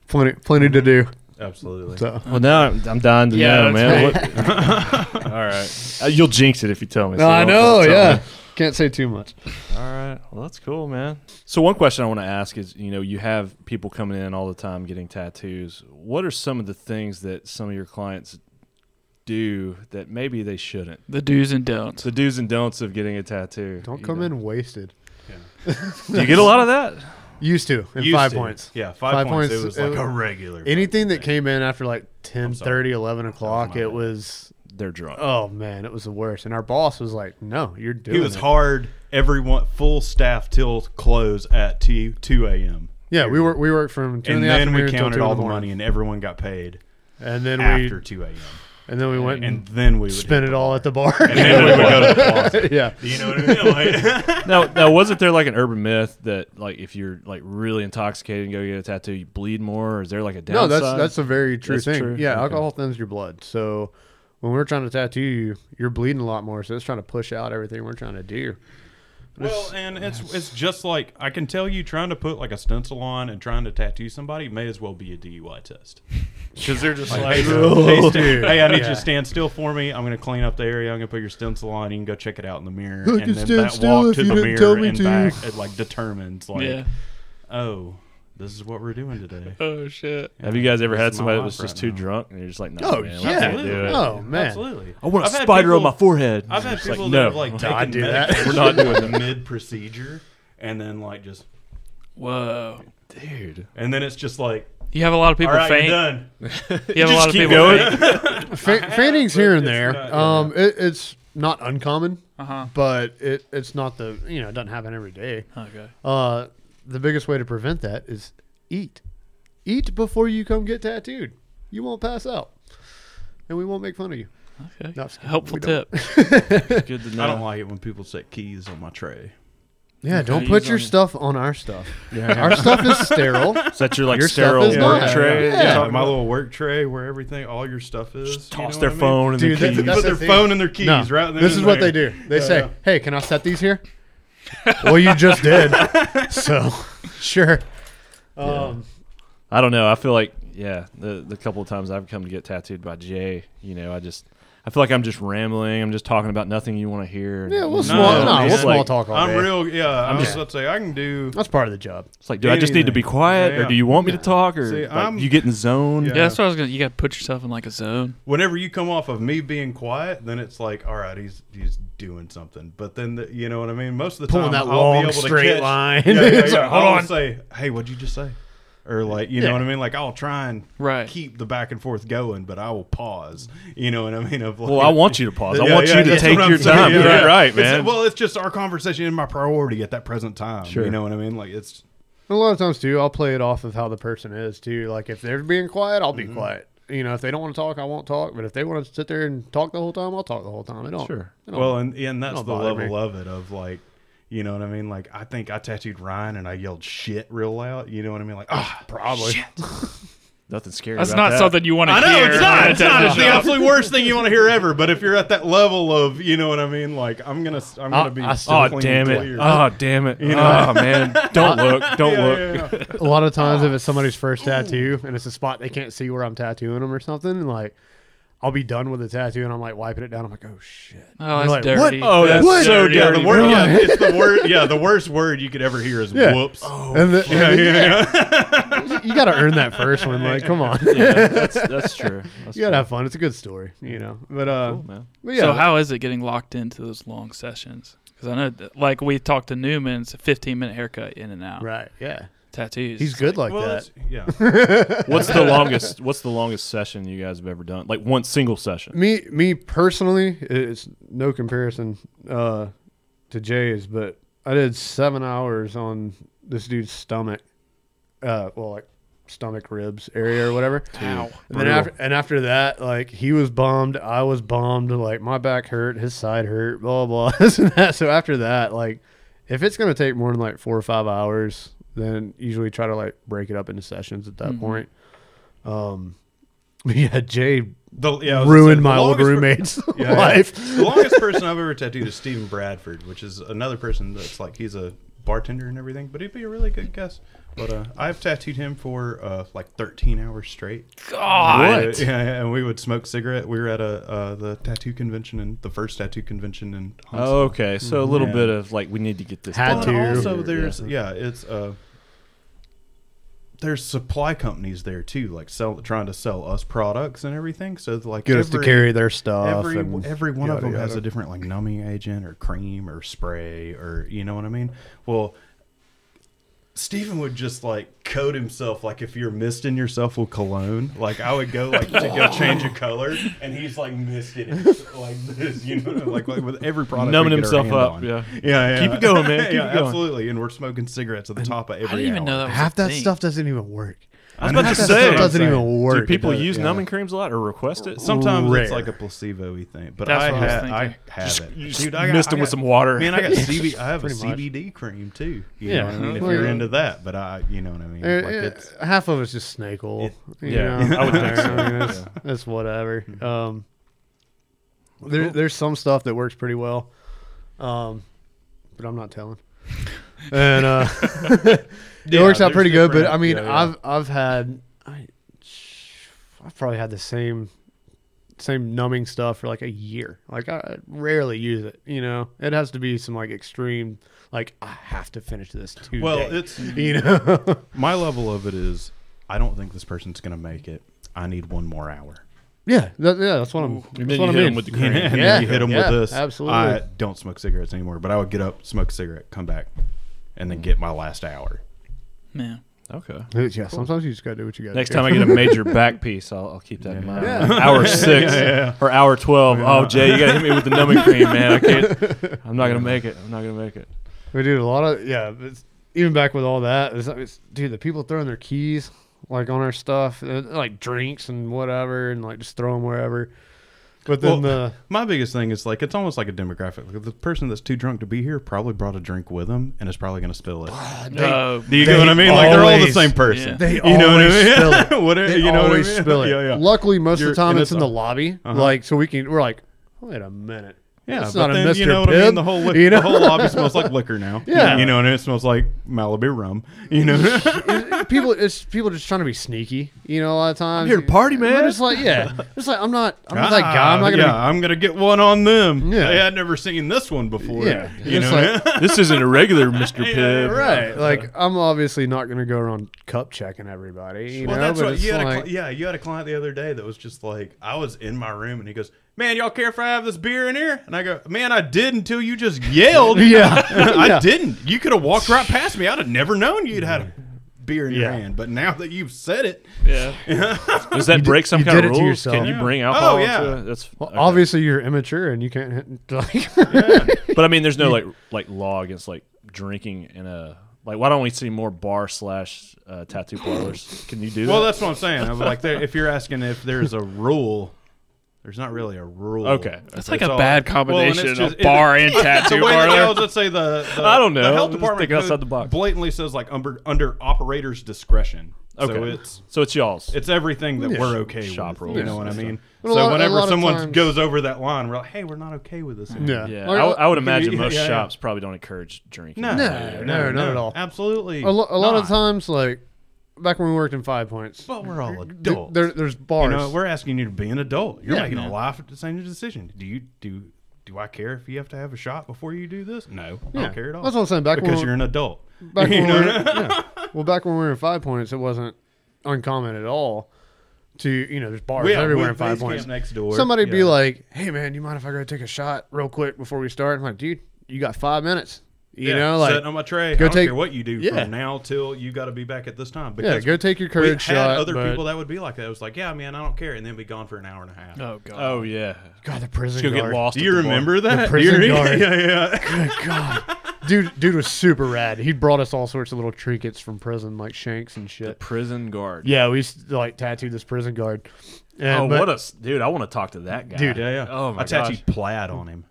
Plenty plenty to do. absolutely. So Well, now I'm, I'm dying to Yeah, know, that's man. What- all right. Uh, you'll jinx it if you tell me. no, so I don't- know. don't tell Yeah, me. can't say too much. All right. Well, that's cool, man. So one question I want to ask is, you know, you have people coming in all the time getting tattoos. What are some of the things that some of your clients do that maybe they shouldn't? The do's and don'ts. The do's and don'ts of getting a tattoo. Don't you come know. in wasted. Do you get a lot of that? Used to in Used five to. points. Yeah, five, Five points. points, It was it like was- a regular. Anything that came in after like 10, sorry. 30, 11 o'clock, my it bad. was They're drunk. oh man, it was the worst. And our boss was like, "No, you're doing." He was it." hard. Everyone full staff till close at two two a.m. Yeah, we were we worked from two And in the then we afternoon till counted two in all the the morning. money, and everyone got paid and then after we two a.m. and then we went And and, then we would spent hit it the all at the bar. then we would go to the closet. yeah, You know what I mean? Like, now, now, wasn't there like an urban myth that like if you're like really intoxicated and go get a tattoo, you bleed more? Or is there like a no, downside? that's that's a very true That's thing. true. Yeah, Okay. alcohol thins your blood. So when we're trying to tattoo you, you're bleeding a lot more. So it's trying to push out everything we're trying to do. well, and it's it's just like I can tell you trying to put like a stencil on and trying to tattoo somebody may as well be a DUI test because they're just like, hey, sta- hey, I need you to stand still for me. I'm gonna clean up the area. I'm gonna put your stencil on. You can go check it out in the mirror, I can and then stand that still walk if to you the didn't mirror tell me and to. back it like determines like, Yeah. oh, this is what we're doing today. Oh shit. Have you guys ever had It's my somebody that life was just right too now. drunk and you're just like, no, Oh, man, yeah. we can't do it. Oh, man. absolutely. I want a I've had spider on my people- forehead. I've had It's like, people no. that have like I taken do that. medication We're not doing mid procedure, and then like just Whoa. dude. and then it's just like You have a lot of people all right, faint. you're done. You have a Just lot of keep people going. faint. Fa- fainting's here and it's there. not- yeah. um, it, it's not uncommon, Uh-huh. but it, it's not the you know it doesn't happen every day. Okay. Uh, the biggest way to prevent that is eat, eat before you come get tattooed. You won't pass out, and we won't make fun of you. Okay. No, I'm just kidding. Helpful We don't. tip. Good to know. I don't like it when people set keys on my tray. Yeah, don't Okay. put your Use on- stuff on our stuff. Yeah. Our stuff is sterile. Is that your like Your stuff sterile is not- work Yeah. tray? Yeah. You're Yeah, talking my about- little work tray where everything, all your stuff is. Just you toss know their what I mean? phone and Dude, the that's- keys. They put their the thing. phone and their keys No, right there. this is and what they there. do. They Yeah, say, yeah. "Hey, can I set these here?" well, you just did. So, sure. Um, I don't know. I feel like yeah, the the couple of times I've come to get tattooed by Jay, you know, I just I feel like I'm just rambling. I'm just talking about nothing you want to hear. yeah, we'll You No, small, know, no, it's man. we'll like- small talk all I'm day. real. Yeah, I'm Yeah. just about to say I can do. That's part of the job. It's like, do I just need to be Anything. quiet, Yeah, or yeah. do you want me to talk, or See, like, I'm- you get in zone? Yeah. Yeah, that's what I was gonna. You gotta put yourself in like a zone. Whenever you come off of me being quiet, then it's like, all right, he's he's doing something. But then the, you know what I mean. Most of the Pulling time, that I'll long be able straight to catch, line. Yeah, yeah, It's yeah. like, I'll hold on. say, hey, what'd you just say? Or like, you know Yeah. what I mean? Like I'll try and Right. keep the back and forth going, but I will pause. You know what I mean? Of like, Well, I want you to pause. I Yeah, want yeah, you to that's take what I'm your saying. time. Yeah, You're yeah. right, It's- man. well, it's just our conversation and my priority at that present time. Sure. You know what I mean? Like it's A lot of times too, I'll play it off of how the person is too. Like if they're being quiet, I'll be quiet. You know, if they don't want to talk, I won't talk. But if they want to sit there and talk the whole time, I'll talk the whole time. I don't. Sure. I don't- well, and and that's don't the bother level me. of it of like, you know what I mean? Like I think I tattooed Ryan and I yelled shit real loud. You know what I mean? Like ah, probably. Nothing scary. That's about not that. something you want to I hear. know it's not. at It's a not. It's the job. absolute worst thing you want to hear ever. But if you're at that level of, you know what I mean? Like I'm gonna, I'm gonna be. I so Oh clean damn and it! clear. Oh damn it! Oh man! Don't look! Don't Yeah, look! yeah, yeah. a lot of times if it's somebody's first tattoo and it's a spot they can't see where I'm tattooing them or something, and like I'll be done with the tattoo and I'm like wiping it down. I'm like, oh shit. Oh, that's Like, what? dirty. Oh, that's What? so Yeah, dirty. the word, bro. yeah, it's the word. Yeah, the worst word you could ever hear is Yeah. whoops. Oh, and the, Oh, Yeah, yeah, you got to earn that first one. Like, come on, you Yeah, that's that's true. That's got true. to have fun. It's a good story, you know. But uh, Cool, man. but yeah, So how is it getting locked into those long sessions? Because I know, that, like we talked to Newman, it's a 15 minute haircut in and out. right? Yeah, Tattoos. he's good like Well, that. it's- yeah. What's the longest? What's the longest session you guys have ever done? Like one single session? Me, me personally, it's no comparison uh, to Jay's, but I did seven hours on this dude's stomach, uh, well, like stomach ribs area or whatever. Ow. And then after, and after that, like he was bummed, I was bummed, like my back hurt, his side hurt, blah blah blah, this and that. So after that, like if it's gonna take more than like four or five hours, then usually try to like break it up into sessions at that Mhm. point. Um, yeah, Jay The, yeah, I was gonna say, ruined the my old longest per- roommate's Yeah, yeah. life. the longest person I've ever tattooed is Stephen Bradford, which is another person that's like he's a bartender and everything, but he'd be a really good guess. But uh, I've tattooed him for uh, like 13 hours straight. uh, God. Yeah, yeah, and we would smoke cigarette. We were at a uh, the tattoo convention and the first tattoo convention in. Huntsville. Oh, okay, so a little Yeah. bit of like we need to get this. Had done. Well, and to. also there's yeah, it's uh there's supply companies there too, like sell trying to sell us products and everything. So like Get us to every- carry their stuff. Every, and every one of yada, them has yada. a different like numbing agent or cream or spray or you know what I mean. Well, Stephen would just like coat himself like if you're misting yourself with cologne. Like I would go like to go change a color and he's like misting it like this, you know, like, like with every product we Numbing get our himself hand up, on. yeah. yeah, yeah. Keep it going, man. Keep yeah, it going. absolutely. And we're smoking cigarettes at the top of every. I didn't even know hour. that was half a that thing. stuff doesn't even work. I was about to Half that say, stuff doesn't even work. do people It does- use yeah. numbing creams a lot or request it? Sometimes Rare. it's like a placebo-y thing, but That's I, what I was ha- thinking. I have it. You Dude, just I got- missed them I with got- some water. Man, I got CB. I have a Pretty much. CBD cream too. You Yeah. know what I mean? If Well, you're yeah. into that, but I, you know what I mean. Eh, like eh, it's, half of it's just snake oil. you yeah, know? I would think so, mean, that's, that's whatever. Mm-hmm. Um, there, there's some stuff that works pretty well, um, but I'm not telling. And uh, it Yeah, works out there's pretty good. But different- I mean, yeah, yeah. I've I've had I, I've probably had the same same numbing stuff for like a year. Like I rarely use it. You know, it has to be some like extreme. Like I have to finish this today. well, it's you know. my level of it is. I don't think this person's gonna make it. I need one more hour. Yeah, that, yeah, that's what I'm. And then that's what you I hit 'em mean. with the And cream. then Yeah, you hit them yeah, with this. absolutely. I don't smoke cigarettes anymore, but I would get up, smoke a cigarette, come back, and then get my last hour. Man. Okay. Yeah, sometimes you just gotta do what you gotta Next do. time I get a major back piece, I'll, I'll keep that in mind. Yeah. Like, hour six or hour twelve. Oh, Jay, you got to hit me with the numbing cream, man. I can't. I'm not gonna make it. I'm not gonna make it. we did a lot of yeah. It's, even back with all that, it's, it's, dude, the people throwing their keys like on our stuff, uh, like drinks and whatever, and like just throw them wherever. But then Well, My biggest thing is like it's almost like a demographic. Like, The person that's too drunk to be here probably brought a drink with them and is probably going to spill it. No. Do you get what I mean? Like they're all the always- same person. They You know what I always mean? spill it. Whatever- They you know what I always mean? spill it. Yeah, yeah. Luckily, most You're- of the time and it's it's in the all- lobby, Uh-huh. like so we can. We're like, wait a minute. Yeah, That's but not a then, you Mr. know what I Pibb, mean. The whole lick, you know? the whole lobby smells like liquor now. Yeah. you know what I mean. It smells like Malibu rum. You know, people, it's people just trying to be sneaky. You know, a lot of times. here to party, man. We're just like yeah, it's like I'm not. I'm not that guy. I'm Ah, not gonna. yeah, I'm gonna get one on them. Yeah. Hey, I'd never seen this one before. Yeah. you It's know. like- this isn't a regular Mr. Yeah, Pibb. Be, right. Like I'm obviously not gonna go around cup checking everybody. You well, know, that's but what it's you had. a, like, cli- yeah, you had a client the other day that was just like, I was in my room and he goes, "Man, y'all care if I have this beer in here?" And I go, "Man, I did until you just yelled. Yeah. I Yeah. didn't. You could have walked right past me. I'd have never known you'd had a beer in your Yeah. hand. But now that you've said it, Yeah. Does that break some you kind did of it to rules? Can yourself. you Yeah. bring alcohol? Oh, yeah. into it? That's well, okay. obviously you're immature and you can't. Like, But I mean, there's no like like law against like drinking in a like. Why don't we see more bar slash uh, tattoo parlors? Can you do well, that? that's what I'm saying. I'm like, there- if you're asking if there's a rule, there's not really a rule. Okay. That's like It's a all- bad Well, and it's combination just- of it- bar and It's a tattoo way that parlor. goes, let's say the, the I don't know. The health Just department think outside code the box. blatantly says like under under operator's discretion. Okay. So it's So it's y'all's. it's everything that we're okay Shop with. rules You know what I and mean? But a so lot- a lot whenever of someone times- goes over that line, we're like, hey, we're not okay with this. anymore. Yeah. yeah, Or- I, I would imagine yeah, most yeah, yeah. shops probably don't encourage drinking. No, No, no, not at all. Absolutely. a, lo- a lot not. of times, like back when we worked in Five Points, But we're all th- adults. there, there's you bars. know, we're asking you to be an adult. You're Yeah, making yeah. a life decision. Decision. Do you do? Do I care if you have to have a shot before you do this? No, I Yeah. don't care at all. That's what I'm saying. Back because when you're an adult. back you when we know? were, yeah. well, back when we were in Five Points, it wasn't uncommon at all to you know there's bars Yeah, everywhere with in Five base camp Points. next door. Somebody Yeah. be like, "Hey man, you mind if I go take a shot real quick before we start?" I'm like, "Dude, you got five minutes. You Yeah, know, like sitting on my tray. go I don't take- care what you do Yeah. from now till you got to be back at this time. yeah, Because go take your we courage had shot." other but- people that would be like that. It was like, yeah, man, I don't care, and then be gone for an hour and a half. Oh god. Oh yeah. God, the prison Go get guard. lost. Do at you the bar. remember that? Do prison you re- guard. yeah, yeah. Good God, dude, dude was super rad. He brought us all sorts of little trinkets from prison, like shanks and the shit. prison guard? Yeah, we used to, like tattooed this prison guard. And, Oh, but- what a s- dude! I want to talk to that guy. Dude. Yeah, yeah. Oh my I tattooed gosh. plaid on him.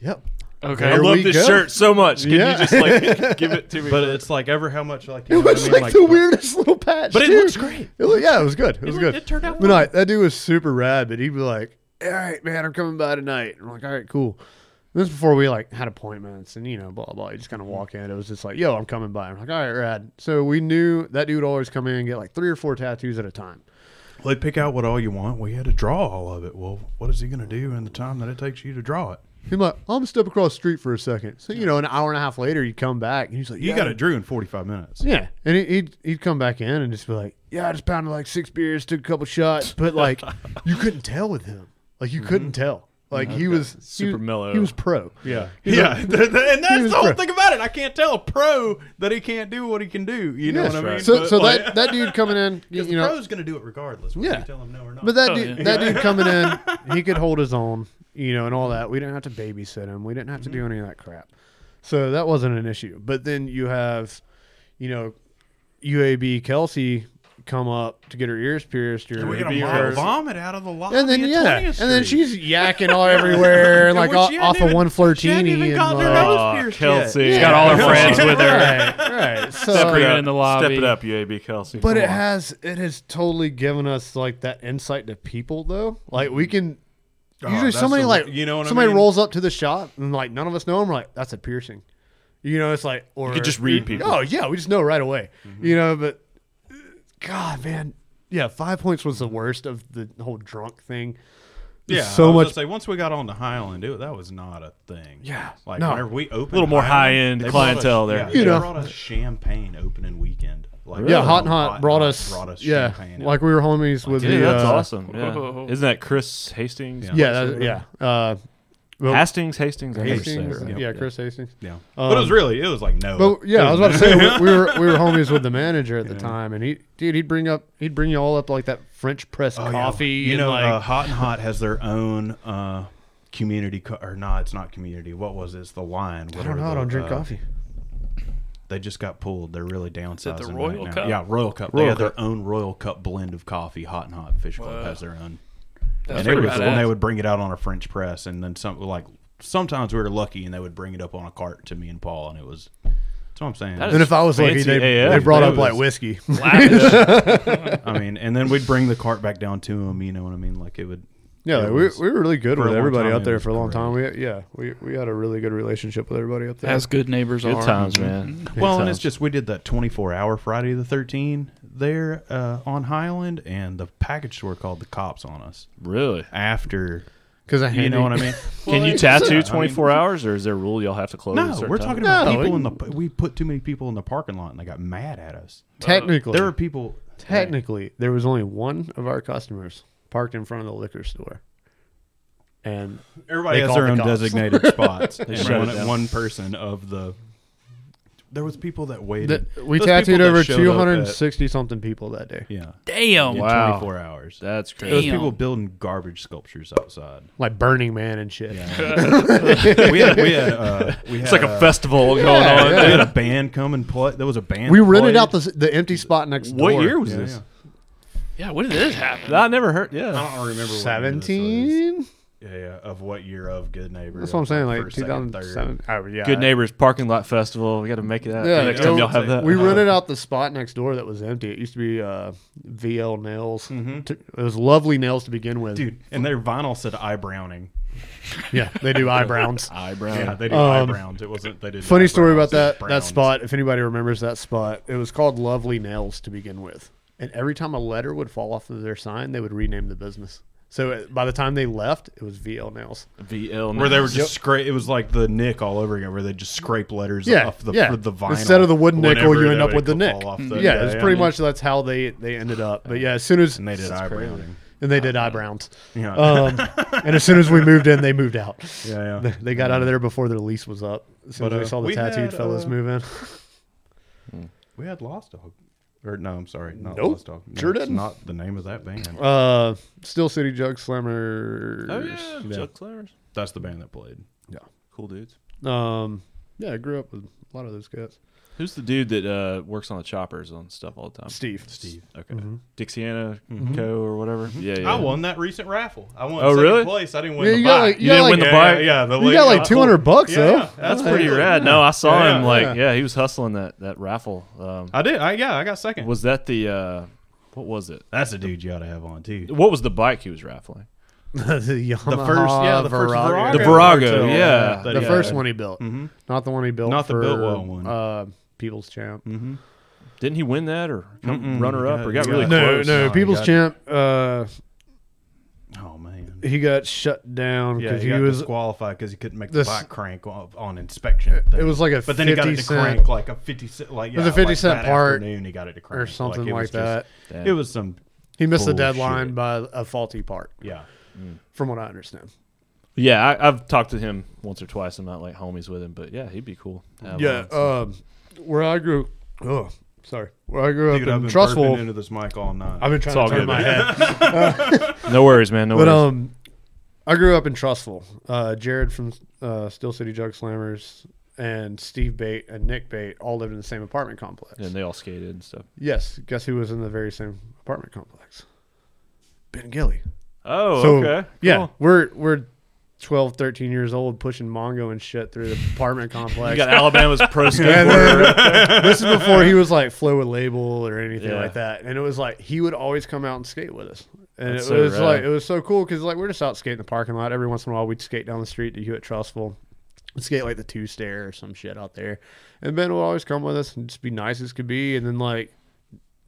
Yep. Okay. I There love we this go. shirt so much. Can Yeah. you just like give it to me? But it's like ever how much like you It know what I was mean? like, Like, the weirdest little patch. But it too. looks great. It look- yeah, it was good. It, was looked- good. it turned out But well. no, that dude was super rad. But he'd be like, "All right, man, I'm coming by tonight." And I'm like, "All right, cool." And this is before we like had appointments and you know blah blah. You just kind of walk in. It was just like, "Yo, I'm coming by." I'm like, "All right, rad." So we knew that dude would always come in and get like three or four tattoos at a time. Well, they pick out what all you want. We had to draw all of it. Well, what is he going to do in the time that it takes you to draw it? He'd be like, "I'm gonna step across the street for a second. So you know, an hour and a half later, you come back and he's like, You "Yeah, got it drew in 45 minutes. Yeah, and he- he'd he'd come back in and just be like, "Yeah, I just pounded like six beers, took a couple shots," but like you couldn't tell with him, like Mm-hmm. you couldn't tell, like he was he, Super mellow. He was pro. Yeah, yeah, and that's was the whole pro. thing about it. I can't tell a pro that he can't do what he can do. You know Yeah. what I mean? So But, so like, that that dude coming in, you, 'cause you the know, pro's going to do it regardless. Yeah. Whether you tell him no or not. but that Oh, dude yeah. that dude coming in, he could hold his own, you know, and all that. We didn't have to babysit him. We didn't have to Mm-hmm. do any of that crap. So that wasn't an issue. But then you have, you know, UAB Kelsey come up to get her ears pierced. Or we're going her- to vomit out of the lobby. and then at yeah, 20th and then Street. she's yakking all everywhere, And like what- off, she hadn't off of even- one she hadn't flirtini. even and gotten her like- nose Oh, pierced Kelsey. She's got all her Yeah. friends with her. Right, right. Separate So, Bring it in the lobby. Step it up, UAB Kelsey. but Come it on. has it has totally given us like that insight to people though. Like we can Oh, usually that's somebody the- like you know what I somebody mean? rolls up to the shop and like none of us know them. Like that's a piercing. You know, it's like or You could just read people. Oh yeah, we just know right away. You know, but uh, God, man, yeah, five points was the worst of the whole drunk thing. Yeah, so I was much- gonna Say once we got on to Highland, it, that was not a thing. Yeah, like no. whenever we opened, a Little more high-end clientele there. Yeah, You they know. brought us champagne opening weekend. Like Yeah, Hot Hot and Hot, brought, Hot us, brought us yeah, champagne. like we were homies with Dude, the. that's uh, awesome. Yeah. Whoa. Isn't that Chris Hastings? Yeah. Yeah, that, yeah, uh, Hastings, Hastings, I never say it Hastings, right. yeah, Chris Hastings. yeah, but it was really it was like no. um, But yeah, I was about to say we, we were we were homies with the manager at the time, and he dude he'd bring up he'd bring you all up like that French press Oh, yeah. coffee, You and, know, like, uh, Hot and Hot has their own uh, community co- or no, it's not community. What was it? It's the Lion. I don't know, I don't drink Uh, coffee. They just got pulled. They're really downsizing. the right Royal now. Cup? Yeah, Royal Cup. they Royal have their own Royal Cup blend of coffee. Hot and Hot Fish Club has their own. That's and it pretty was, badass. and they would bring it out on a French press, and then some like sometimes we were lucky, and they would bring it up on a cart to me and Paul, and it was. That's what I'm saying. That And if I was lucky, Fancy they, AF, they brought that up like was- whiskey. I mean, and then we'd bring the cart back down to him. You know what I mean? Like it would. Yeah, it like, we, was- we were really good for a with long everybody time, out it there was for a long great. time. We yeah, we, we had a really good relationship with everybody up there. As good neighbors Good are. times, man. Good Well, and it's times. just we did that 24 hour Friday the 13th there uh, on Highland, and the package store called the cops on us really. after. Because I You know what I mean? Can you tattoo 24 hours, or is there a rule y'all have to close? at a No, certain we're time? talking about No, people it- in the. We put too many people in the parking lot, and they got mad at us. Technically, There were people. technically there was only one of our customers parked in front of the liquor store, and Everybody has They call their the own cops. designated spots. and shut it one, down. one person of the. There was people that waited. th- we Those tattooed people that over showed up at- two hundred and Oh, sixty something people that day. Yeah. Damn. In Wow. 24 hours. That's There was crazy. Damn. people building garbage sculptures outside. Like Burning Man and shit. we had we had uh, we had It's like a uh, festival going on. We had a band come and play. There was a band. We that rented played. out the the empty spot next door. What year was Yeah, this? Yeah, what did this happen? I never heard. Yeah, I don't remember. what year this was. Seventeen. Yeah, yeah. Of what year of Good Neighbor? That's what I'm saying. Like First, second, third. 2007. Oh, yeah. Good Neighbors Parking Lot Festival. We got to make that Yeah, next you time know, y'all have that. We rented out the spot next door that was empty. It used to be uh, VL Nails. Mm-hmm. T- It was lovely nails to begin with. Dude, and their vinyl said eye browning. Yeah, they do eye browns. eyebrow. Yeah, they did eye Um, browns. It wasn't. They did. Funny story about that that spot. If anybody remembers that spot, it was called Lovely Nails to begin with. And every time a letter would fall off of their sign, they would rename the business. So uh, by the time they left, it was VL Nails. VL. Where they were just scrape, it was like the nick all over again. Where they just scrape letters Yeah, off the yeah. for the vinyl Instead of the wooden nickel, whenever you end they up with would the fall nick. Mm-hmm. off Yeah, the- it's pretty and- much that's how they they ended up. But yeah, as soon as And they did eye browning. and they did eye browns. Yeah, Um, and as soon as we moved in, they moved out. yeah, yeah. They- They got out of there before their lease was up. As soon But, as uh, they saw the we tattooed had, fellas uh, move in. We had Lost Dog. Or no, I'm sorry, not Nope, Lost Dog. No, sure it's didn't. Not the name of that band. Uh, Still City Jug Slammer. Oh yeah, Chuck Clarence. That's the band that played. Cool dudes. Um, yeah, I grew up with a lot of those guys. Who's the dude that uh, works on the choppers on stuff all the time? Steve. Steve. Okay. Dixiana Co. or whatever. Yeah, yeah. I won that recent raffle. I won Oh, second really? place. I didn't win Yeah, the you bike. got like you You got didn't like, win the yeah, bike. yeah, yeah, the you lady- got like two hundred bucks Yeah, though. yeah, that's That's pretty cool. rad. No, I saw Yeah. him like Yeah. yeah, he was hustling that that raffle. Um, I did. I yeah, I got second. was that the uh, what was it? that's a dude you ought to have on too. What was the bike he was raffling? the The first, yeah, the first Virago. The Virago, Or, uh, yeah. that the he first had. one he built, Mhm. not the one he built. Not the for, Biltwell one. Mm. Uh, People's Champ. Didn't he win that or Mm-mm. come runner up He or got got- he really got- close? No, Close. no, No, he People's got- Champ. Uh, Oh man. he got shut down Yeah, because he, he, got was. disqualified because he couldn't make this- the bike crank on, on inspection. It was like a but then he got it 50 to cent- crank like a fifty cent, like yeah, was a 50 like cent that part afternoon. He got it to crank or something it like was that. Just, it was some He missed the Bullshit. deadline by a faulty part, yeah. from what I understand. Yeah, I, I've talked to him once or twice. I'm not like homies with him, but yeah, he'd be cool. to have Yeah, on. um, where I grew, oh, sorry, where I grew up Dude, I've in been Trustful. burping into this mic all night. I've been It's trying all to turn good, my man. head, no worries, man. No but worries. um, I grew up in Trustful. Uh, Jared from uh, Still City Jug Slammers and Steve Bate and Nick Bate all lived in the same apartment complex. and they all skated and stuff. Yes, guess who was in the very same apartment complex? Ben Gilly. Oh, So, okay. Yeah, Cool. we're we're 12, 13 years old pushing Mongo and shit through the apartment complex. You got Alabama's pro And skateboard. then- this is before he was like flow with label or anything Yeah. like that. And it was like he would always come out and skate with us. And That's it so was rad. like it was so cool because like we're just out skating in the parking lot. Every once in a while we'd skate down the street to Hewitt Trustful. We'd skate like the two stair or some shit out there. And Ben would always come with us and just be nice as could be. And then like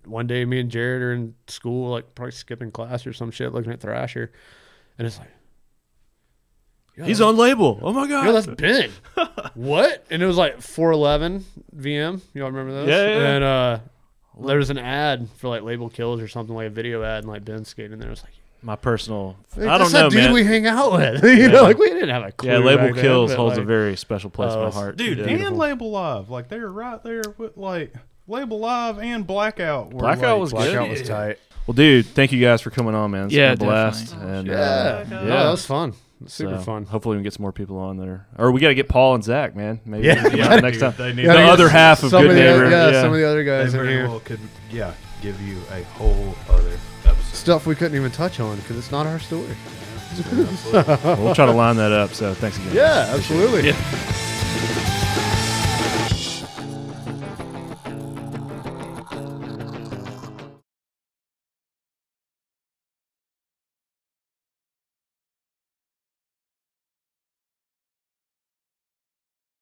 one day me and Jared are in school, like probably skipping class or some shit, looking at Thrasher. And it's like He's on label. Oh my Yo, god. that's Ben. what? And it was like 411 VM. Y'all remember those? Yeah, yeah, yeah. And uh, there was an ad for like label kills or something like a video ad, and like Ben skating in there. It was like, My personal. "Hey, I don't that's know, that dude man. we hang out with. you know, like we didn't have a clue. yeah, back label then, kills but, holds like, a very special place in uh, my heart. dude, Yeah. and Label Live, like they were right there with like Label Live and Blackout. Were Blackout like, was good. Blackout was tight. Well, dude, thank you guys for coming on, man. It's Yeah, been a blast. And, Yeah, uh, yeah, that was fun. Super so fun. Hopefully, we can get some more people on there, or we got to get Paul and Zach, man. Maybe Yeah. we can come Yeah, out next time. They The need Yeah, other half of some Good of the, Neighbor. yeah, yeah. some of the other they guys in very here. well could yeah give you a whole other episode. stuff we couldn't even touch on because it's not our story. we'll try to line that up. So thanks again. Yeah, absolutely. Yeah.